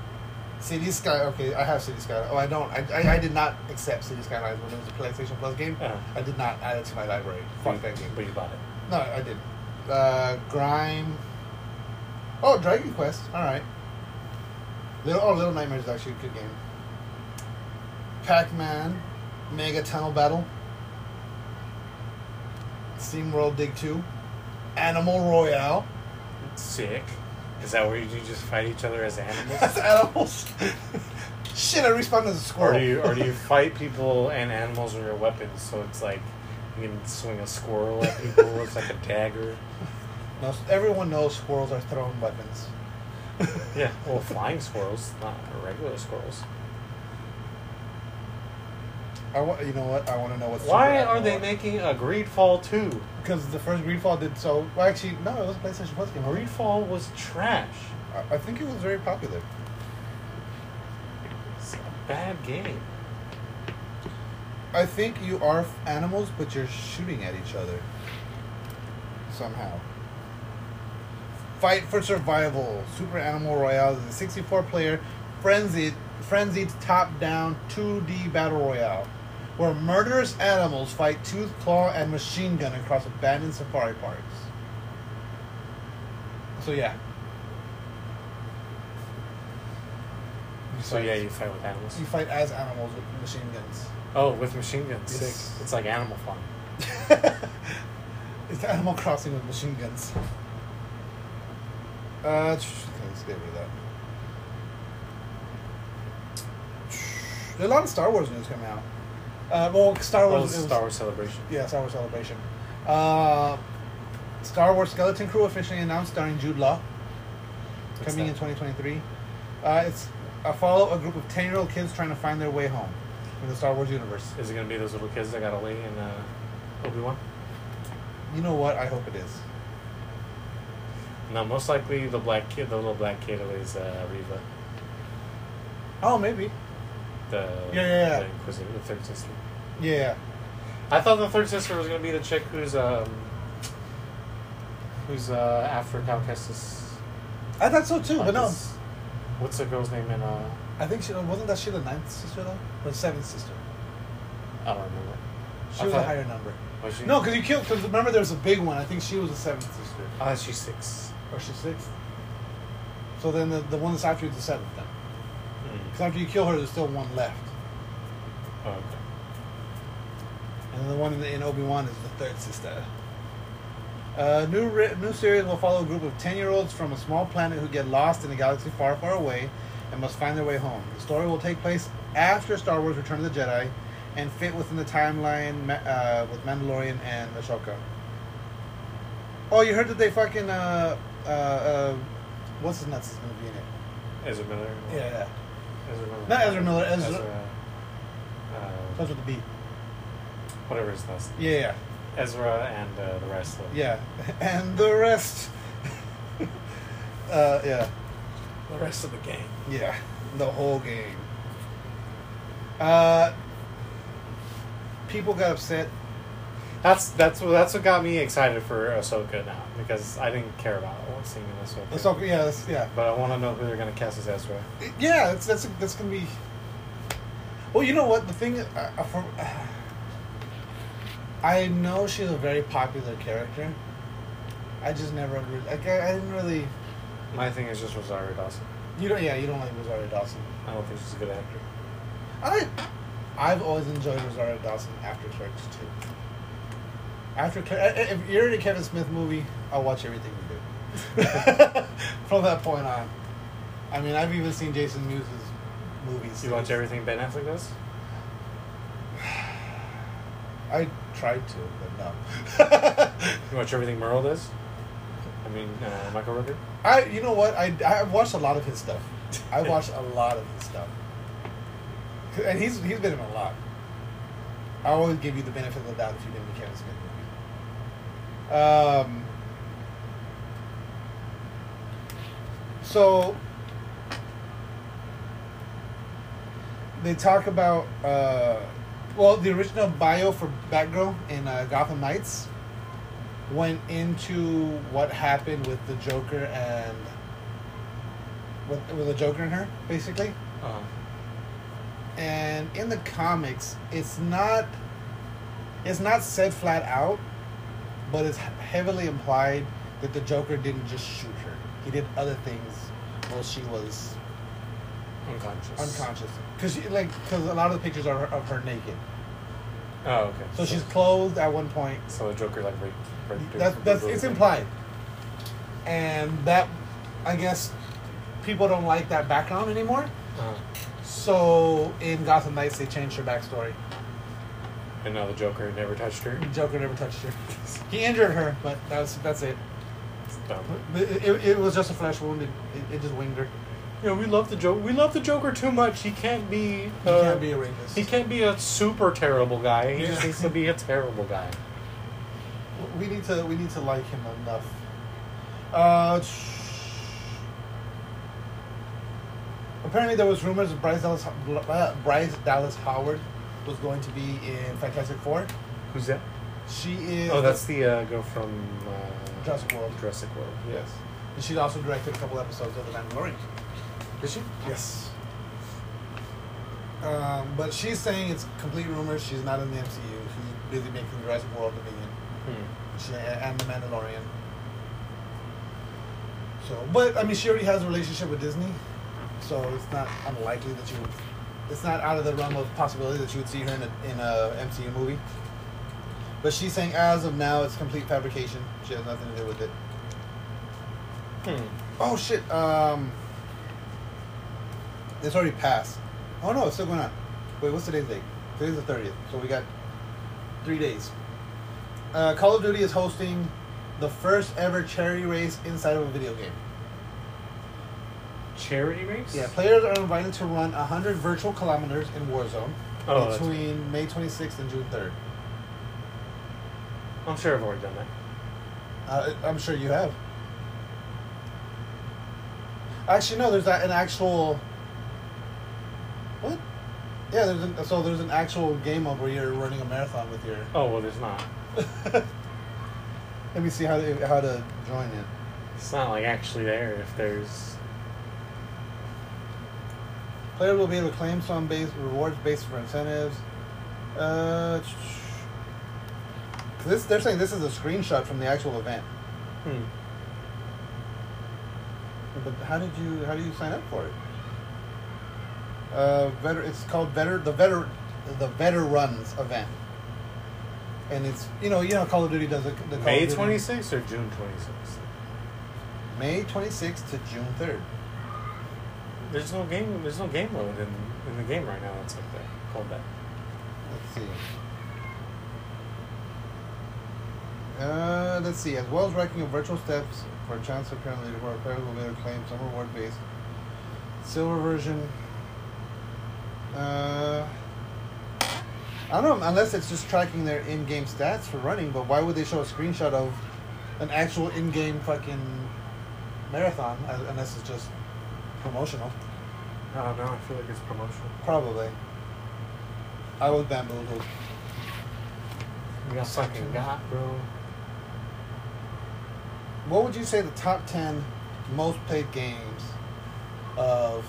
S4: City Sky. Okay, I have City Skyline. Oh, I don't. I, I, I did not accept City Skylines when it was a PlayStation Plus game.
S5: Uh-huh.
S4: I did not add it to my library. Fuck that game.
S5: But you bought it.
S4: No, I didn't. Uh, Grime. Oh, Dragon Quest. All right. Little oh, Little Nightmares is actually a good game. Pac-Man, Mega Tunnel Battle, Steam World Dig Two, Animal Royale.
S5: Sick. Is that where you do just fight each other as
S4: That's animals.
S5: animals?
S4: Shit, I respawned as a squirrel.
S5: or do you or do you fight people and animals with your weapons? So it's like you can swing a squirrel at people. it's like a dagger.
S4: No, everyone knows squirrels are thrown weapons.
S5: Yeah. Well, flying squirrels, not regular squirrels.
S4: I want. You know what? I want to know what's.
S5: Why are they making a Greedfall two?
S4: Because the first Greedfall did so. Well, actually, no, it was a PlayStation Plus game.
S5: Greedfall was trash.
S4: I, I think it was very popular.
S5: It's a bad game.
S4: I think you are f- animals, but you're shooting at each other. Somehow. Fight for survival. Super Animal Royale is a 64-player frenzied, frenzied top-down 2D battle royale, where murderous animals fight tooth, claw, and machine gun across abandoned safari parks. So yeah. You
S5: So
S4: fight-
S5: yeah, you fight with animals.
S4: you fight as animals with machine guns.
S5: Oh, with machine guns.
S4: Yes.
S5: Sick. It's like Animal Farm.
S4: it's Animal Crossing with machine guns. Uh, tsh- okay, let's get rid of that. Tsh- There's a lot of Star Wars news coming out. Uh, well, Star
S5: That
S4: Wars.
S5: was
S4: it was-
S5: Oh, Star Wars Celebration.
S4: Yeah, Star Wars Celebration. Uh, Star Wars Skeleton Crew officially announced, starring Jude Law,
S5: What's
S4: coming in
S5: that?
S4: 2023. Uh, it's a follow a group of 10 year old kids trying to find their way home in the Star Wars universe.
S5: Is it gonna be those little kids that got away in uh, Obi Wan?
S4: You know what? I hope it is.
S5: No, most likely the black kid, the little black kid, was uh, Reva,
S4: Oh, maybe.
S5: the
S4: Yeah, yeah, yeah.
S5: the Inquisitor, the third sister.
S4: Yeah.
S5: I thought the third sister was gonna be the chick who's um, who's uh, after Cal Kestis.
S4: I thought so too, but no.
S5: Marcus. What's the girl's name in? Uh,
S4: I think she wasn't that she the ninth sister though, or seventh sister.
S5: I don't remember.
S4: She
S5: I
S4: was a
S5: thought-
S4: higher number.
S5: Was she?
S4: No, because you killed. Because remember, there was a big one. I think she was the seventh sister,
S5: Ah, she's six.
S4: or she's sixth. So then the, the one that's after you is the seventh then. Because after you kill her, there's still one left,
S5: Oh, okay.
S4: and the one in, in Obi Wan is the third sister. Uh, new ri- new series will follow a group of ten year olds from a small planet who get lost in a galaxy far, far away, and must find their way home. The story will take place after Star Wars: Return of the Jedi, and fit within the timeline ma- uh, with Mandalorian and Ashoka. Oh, you heard that they fucking uh uh, uh what's his nuts is gonna be in it?
S5: Ezra Miller.
S4: Yeah,
S5: Ezra Miller.
S4: Not Ezra Miller, Ezra-
S5: uh,
S4: starts with the B.
S5: whatever his last name.
S4: Yeah, yeah,
S5: Ezra and uh, the rest of
S4: yeah, and the rest. uh, yeah.
S5: the rest of the gang.
S4: Yeah, the whole game. Uh, people got upset.
S5: That's that's what that's what got me excited for Ahsoka now because I didn't care about seeing Ahsoka.
S4: Let's talk. Yeah, that's, yeah,
S5: But I want to know who they're gonna cast as Ezra.
S4: yeah. That's that's that's gonna be. Well, you know what? The thing, uh, uh, for, I know she's a very popular character. I just never really. Like, I, I didn't really.
S5: My thing is just Rosario Dawson.
S4: You don't. Yeah, you don't like Rosario Dawson.
S5: I don't think she's a good actor.
S4: I, I've always enjoyed Rosario Dawson after Clerks too. After Cler- I- I- if you're in a Kevin Smith movie, I'll watch everything you do. From that point on, I mean, I've even seen Jason Mewes' movies.
S5: You watch everything Ben Affleck does?
S4: I tried to, but no.
S5: You watch everything Merle does? I mean uh, Michael Rooker.
S4: I, you know what? I I've watched a lot of his stuff. I watched a lot of his stuff, and he's he's been in a lot. I always give you the benefit of the doubt if you've been in a Kevin Smith movie. Um. So they talk about uh, well the original bio for Batgirl in uh, Gotham Knights went into what happened with the Joker and with with the Joker and her basically,
S5: Uh-huh.
S4: and in the comics it's not it's not said flat out but it's heavily implied that the joker didn't just shoot her he did other things while she was
S5: Unconscious.
S4: unconscious because like because a lot of the pictures are of her naked
S5: Oh, okay.
S4: so she's clothed at one point
S5: So the Joker like raped. raped her
S4: that's
S5: for
S4: that's
S5: booboo.
S4: it's implied and that i guess people don't like that background anymore
S5: Uh-huh.
S4: so in gotham knights they changed her backstory
S5: And now the Joker never touched her.
S4: Joker never touched her. He injured her, but that was that's it.
S5: It's dumb.
S4: But It, it, it was just a flesh wound. It, it, it just winged her.
S5: You know, we love the Joker. We love the Joker too much. He can't be.
S4: He
S5: Uh,
S4: can't be a rapist.
S5: He can't be a super terrible guy. He just
S4: Yeah.
S5: needs to be a terrible guy.
S4: We need to we need to like him enough. Uh, sh- apparently, there was rumors that Bryce Dallas uh, Bryce Dallas Howard was going to be in Fantastic Four.
S5: Who's that?
S4: She is.
S5: Oh, that's the uh, girl from uh,
S4: Jurassic World.
S5: Jurassic World.
S4: yes. And she also directed a couple episodes of The Mandalorian.
S5: Did she?
S4: Yes. Um, but she's saying it's complete rumors. She's not in the MCU. She's busy making the Jurassic World Dominion
S5: Hmm.
S4: she, uh, and the Mandalorian. So, but I mean, she already has a relationship with Disney, so it's not unlikely that you would. It's not out of the realm of possibility that you would see her in a, in a MCU movie. But she's saying as of now, it's complete fabrication. She has nothing to do with it.
S5: Hmm.
S4: Oh shit. Um, it's already passed. Oh no, it's still going on. Wait, what's today's date? Today's the thirtieth, so we got three days. Uh, Call of Duty is hosting the first ever charity race inside of a video game.
S5: Charity race?
S4: Yeah, players are invited to run hundred virtual kilometers in Warzone
S5: Oh, that's-
S4: between May twenty sixth and June third.
S5: I'm sure I've already done that.
S4: Uh, I'm sure you have. Actually, no. There's a- an actual. What? Yeah. There's an, so there's an actual game mode where you're running a marathon with your.
S5: Oh well, there's not.
S4: Let me see how to, how to join it.
S5: It's not like actually there. If there's
S4: Player will be able to claim some base rewards based for incentives. Uh, ch- ch- this they're saying this is a screenshot from the actual event.
S5: hmm.
S4: But how did you how do you sign up for it? Uh, veter, it's called veter the veter the veterans event, and it's you know you know Call of Duty does it. The Call
S5: May
S4: of Duty-
S5: 26th or June 26th.
S4: May twenty sixth to June third.
S5: There's no game. There's no game mode in, in the game right now. That's like that called that.
S4: Let's see. Uh, let's see. As well as ranking of virtual steps for a chance to currently where players will be able to claim some reward based silver version. Uh, I don't know unless it's just tracking their in-game stats for running. But why would they show a screenshot of an actual in-game fucking marathon uh, unless it's just promotional?
S5: I don't know. Oh, I feel like it's promotional.
S4: Probably. I was bamboozled.
S5: We got fucking got, bro.
S4: What would you say the top 10 most played games of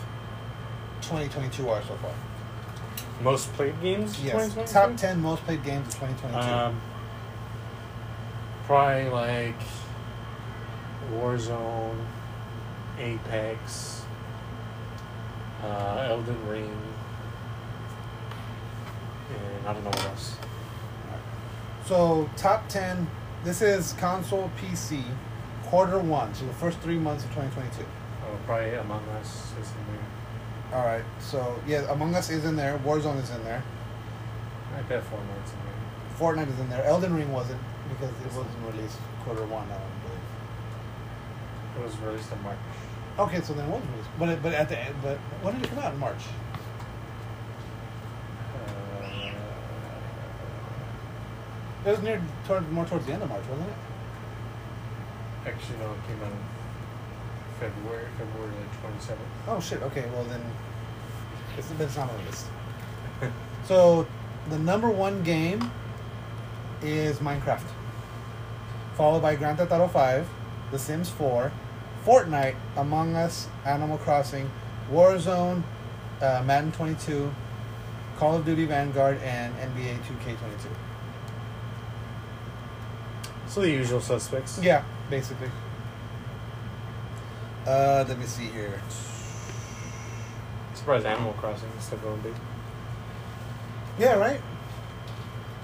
S4: 2022 are so far?
S5: Most played games.
S4: Yes.
S5: 2022?
S4: Top 10 most played games of 2022.
S5: Um, probably like Warzone, Apex, uh, Elden Ring, and I don't know what else.
S4: so, top 10, this is console PC, quarter one, so the first three months of 2022.
S5: Oh, probably Among Us is in there.
S4: All right. So, yeah, Among Us is in there, Warzone is in there,
S5: I bet Fortnite's in there.
S4: Fortnite is in there, Elden Ring wasn't because it wasn't released quarter one, I don't believe.
S5: It was released in March.
S4: Okay, so then it was released. But, it, but at the end, but when did it come out? In March.
S5: Uh,
S4: It was near toward, more towards the end of March, wasn't it?
S5: actually, no, it came out in February, February like twenty seventh.
S4: Oh shit. Okay. Well then, it's, it's not on the list. so, the number one game is Minecraft, followed by Grand Theft Auto Five, The Sims Four, Fortnite, Among Us, Animal Crossing, Warzone, uh, Madden 22, Call of Duty Vanguard, and NBA 2K22.
S5: So the usual suspects.
S4: Yeah, basically. Uh, let me see here.
S5: Surprised Animal Crossing is still going big.
S4: Yeah, right.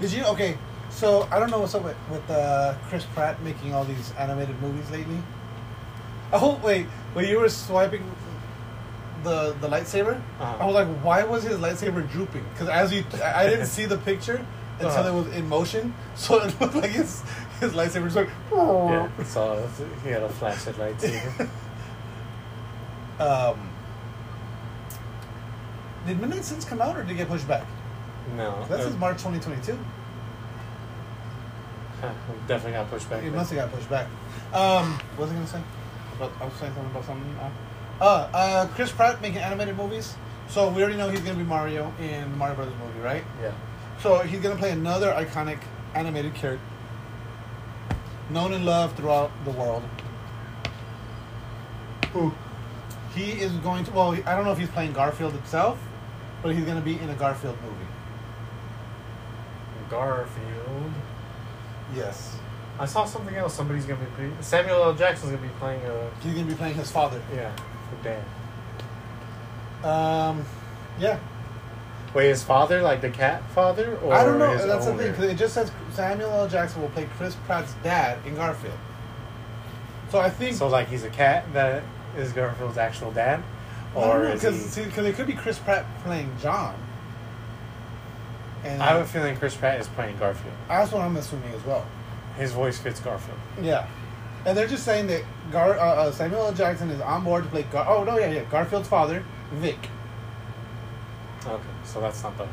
S4: Did you? Okay, so I don't know what's up with with uh, Chris Pratt making all these animated movies lately. Oh wait, when you were swiping the the lightsaber,
S5: Uh-huh.
S4: I was like, why was his lightsaber drooping? Because as you, I I didn't see the picture until
S5: Uh-huh.
S4: it was in motion, so it looked like his his lightsaber was like.
S5: Yeah, it's all, he had a flash headlight too.
S4: Um, did Midnight Suns come out or did it get pushed back?
S5: no.
S4: That says
S5: uh,
S4: March 2022.
S5: Uh, Definitely got pushed back.
S4: It
S5: then.
S4: must have got pushed back. Um, what was I going to say? But I was saying something about something. Uh, uh, uh, Chris Pratt making animated movies. So we already know he's going to be Mario in the Mario Brothers movie, right?
S5: Yeah.
S4: So he's going to play another iconic animated character known and loved throughout the world. Who? He is going to, well, I don't know if he's playing Garfield himself, but he's going to be in a Garfield movie.
S5: Garfield.
S4: Yes.
S5: I saw something else. Somebody's gonna be pre- Samuel L. Jackson's gonna be playing a
S4: He's going to be playing his father.
S5: yeah, the dad.
S4: Um, yeah.
S5: Wait, his father, like the cat father, or
S4: I don't know.
S5: his
S4: That's the
S5: owner?
S4: thing. 'cause it just says Samuel L. Jackson will play Chris Pratt's dad in Garfield. So I think.
S5: So like he's a cat that is Garfield's actual dad, or is he?
S4: because it could be Chris Pratt playing John. And
S5: I have a feeling Chris Pratt is playing Garfield.
S4: that's what I'm assuming as well.
S5: His voice fits Garfield.
S4: Yeah, and they're just saying that Gar- uh, uh, Samuel L. Jackson is on board to play. Gar- oh no, yeah, yeah, Garfield's father, Vic.
S5: Okay, so that's not the.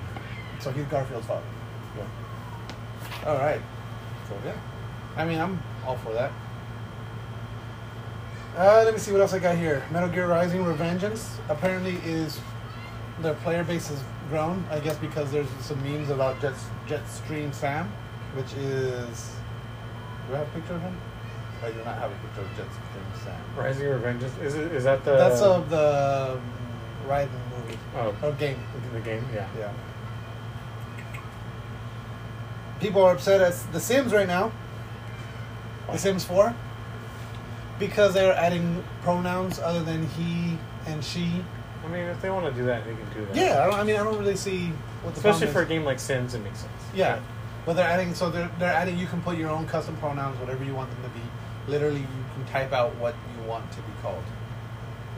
S4: So he's Garfield's father.
S5: Yeah.
S4: All right. So yeah, I mean, I'm all for that. Uh, let me see what else I got here. Metal Gear Rising: Revengeance apparently is their player base has grown. I guess because there's some memes about Jet Jetstream Sam, which is. Do I have a picture of him? I do not have a picture of Jetstream Sam.
S5: Rising Revenge is it? Is that the?
S4: That's of the um, Raiden movie
S5: Uh, Oh,
S4: or game.
S5: the game. Yeah.
S4: Yeah. People are upset at The Sims right now. The Sims 4. Because they're adding pronouns other than he and she.
S5: I mean, if they want to do that, they can do that.
S4: Yeah, I, don't, I mean, I don't really see what the
S5: Especially for a
S4: problem
S5: game like Sims, it makes sense.
S4: is. Yeah. But they're adding, so they're, they're adding, you can put your own custom pronouns, whatever you want them to be. Literally, you can type out what you want to be called.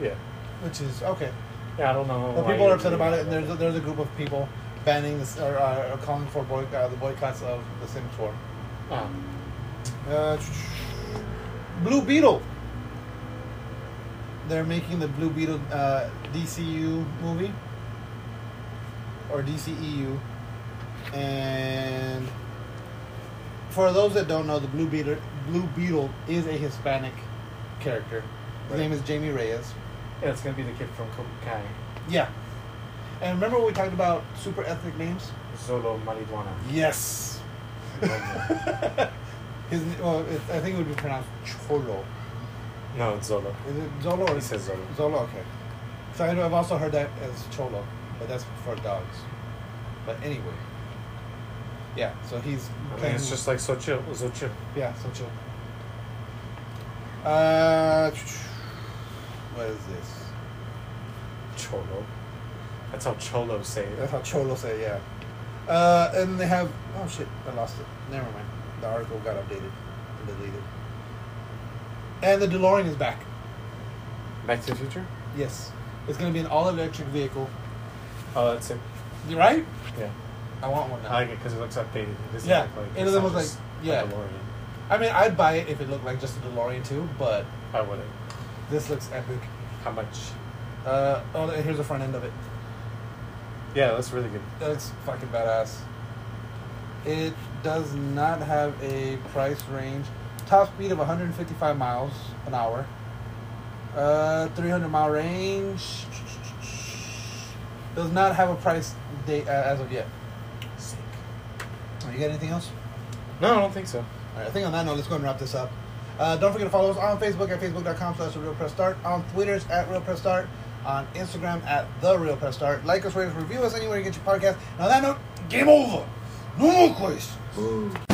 S5: Yeah.
S4: Which is, okay.
S5: Yeah, I don't know.
S4: Well,
S5: why
S4: people
S5: you
S4: are upset
S5: would
S4: about
S5: do
S4: it, and
S5: that.
S4: there's a, there's a group of people banning this or, uh, or calling for boy, uh, the boycotts of the Sims 4.
S5: Oh.
S4: Uh, Blue Beetle. They're making the Blue Beetle uh, DCU movie or DCEU, and for those that don't know, the Blue Beetle Blue Beetle is a Hispanic character. His
S5: Right.
S4: name is Jamie Reyes.
S5: Yeah, it's gonna be the kid from Kai.
S4: Yeah. And remember what we talked about super ethnic names?
S5: Zolo Marijuana.
S4: Yes. His, well, it, I think it would be pronounced Cholo.
S5: no, it's Zolo.
S4: Is it Zolo or
S5: He says Zolo.
S4: Zolo? Okay. So I know- I've also heard that as Cholo, but that's for dogs. But anyway. Yeah. So he's
S5: I mean,
S4: playing.
S5: it's just like so chill, so chill.
S4: yeah. So chill. Uh, what is this?
S5: Cholo. That's how Cholo say it.
S4: That's how Cholo say, yeah. Uh, and they have. Oh shit, I lost it. Never mind. The article got updated and deleted. And the DeLorean is back.
S5: Back to the Future.
S4: Yes. It's going to be an all electric vehicle.
S5: Oh, that's it.
S4: You right?
S5: Yeah,
S4: I want one now.
S5: I like it because it looks updated. It doesn't
S4: Yeah,
S5: look like
S4: it
S5: it's
S4: doesn't
S5: not
S4: look
S5: just
S4: like- yeah.
S5: a DeLorean.
S4: I mean, I'd buy it if it looked like just a DeLorean too, but
S5: I wouldn't.
S4: this looks epic.
S5: Oh, How much?
S4: Uh, oh, and here's the front end of it.
S5: Yeah, that's really good.
S4: That looks fucking badass. It does not have a price range. Top speed of 155 miles an hour. Uh, 300 mile range. Does not have a price date uh, as of yet.
S5: Sick.
S4: Oh, You got anything else?
S5: No, I don't think so.
S4: All right, I think on that note, let's go and wrap this up. Uh, don't forget to follow us on Facebook at facebook.com slash Real Press Start, on Twitter's at Real Press Start, on Instagram at the Real Press Start. Like us, rate us, review us anywhere you get your podcast. And on that note, game over. No more questions.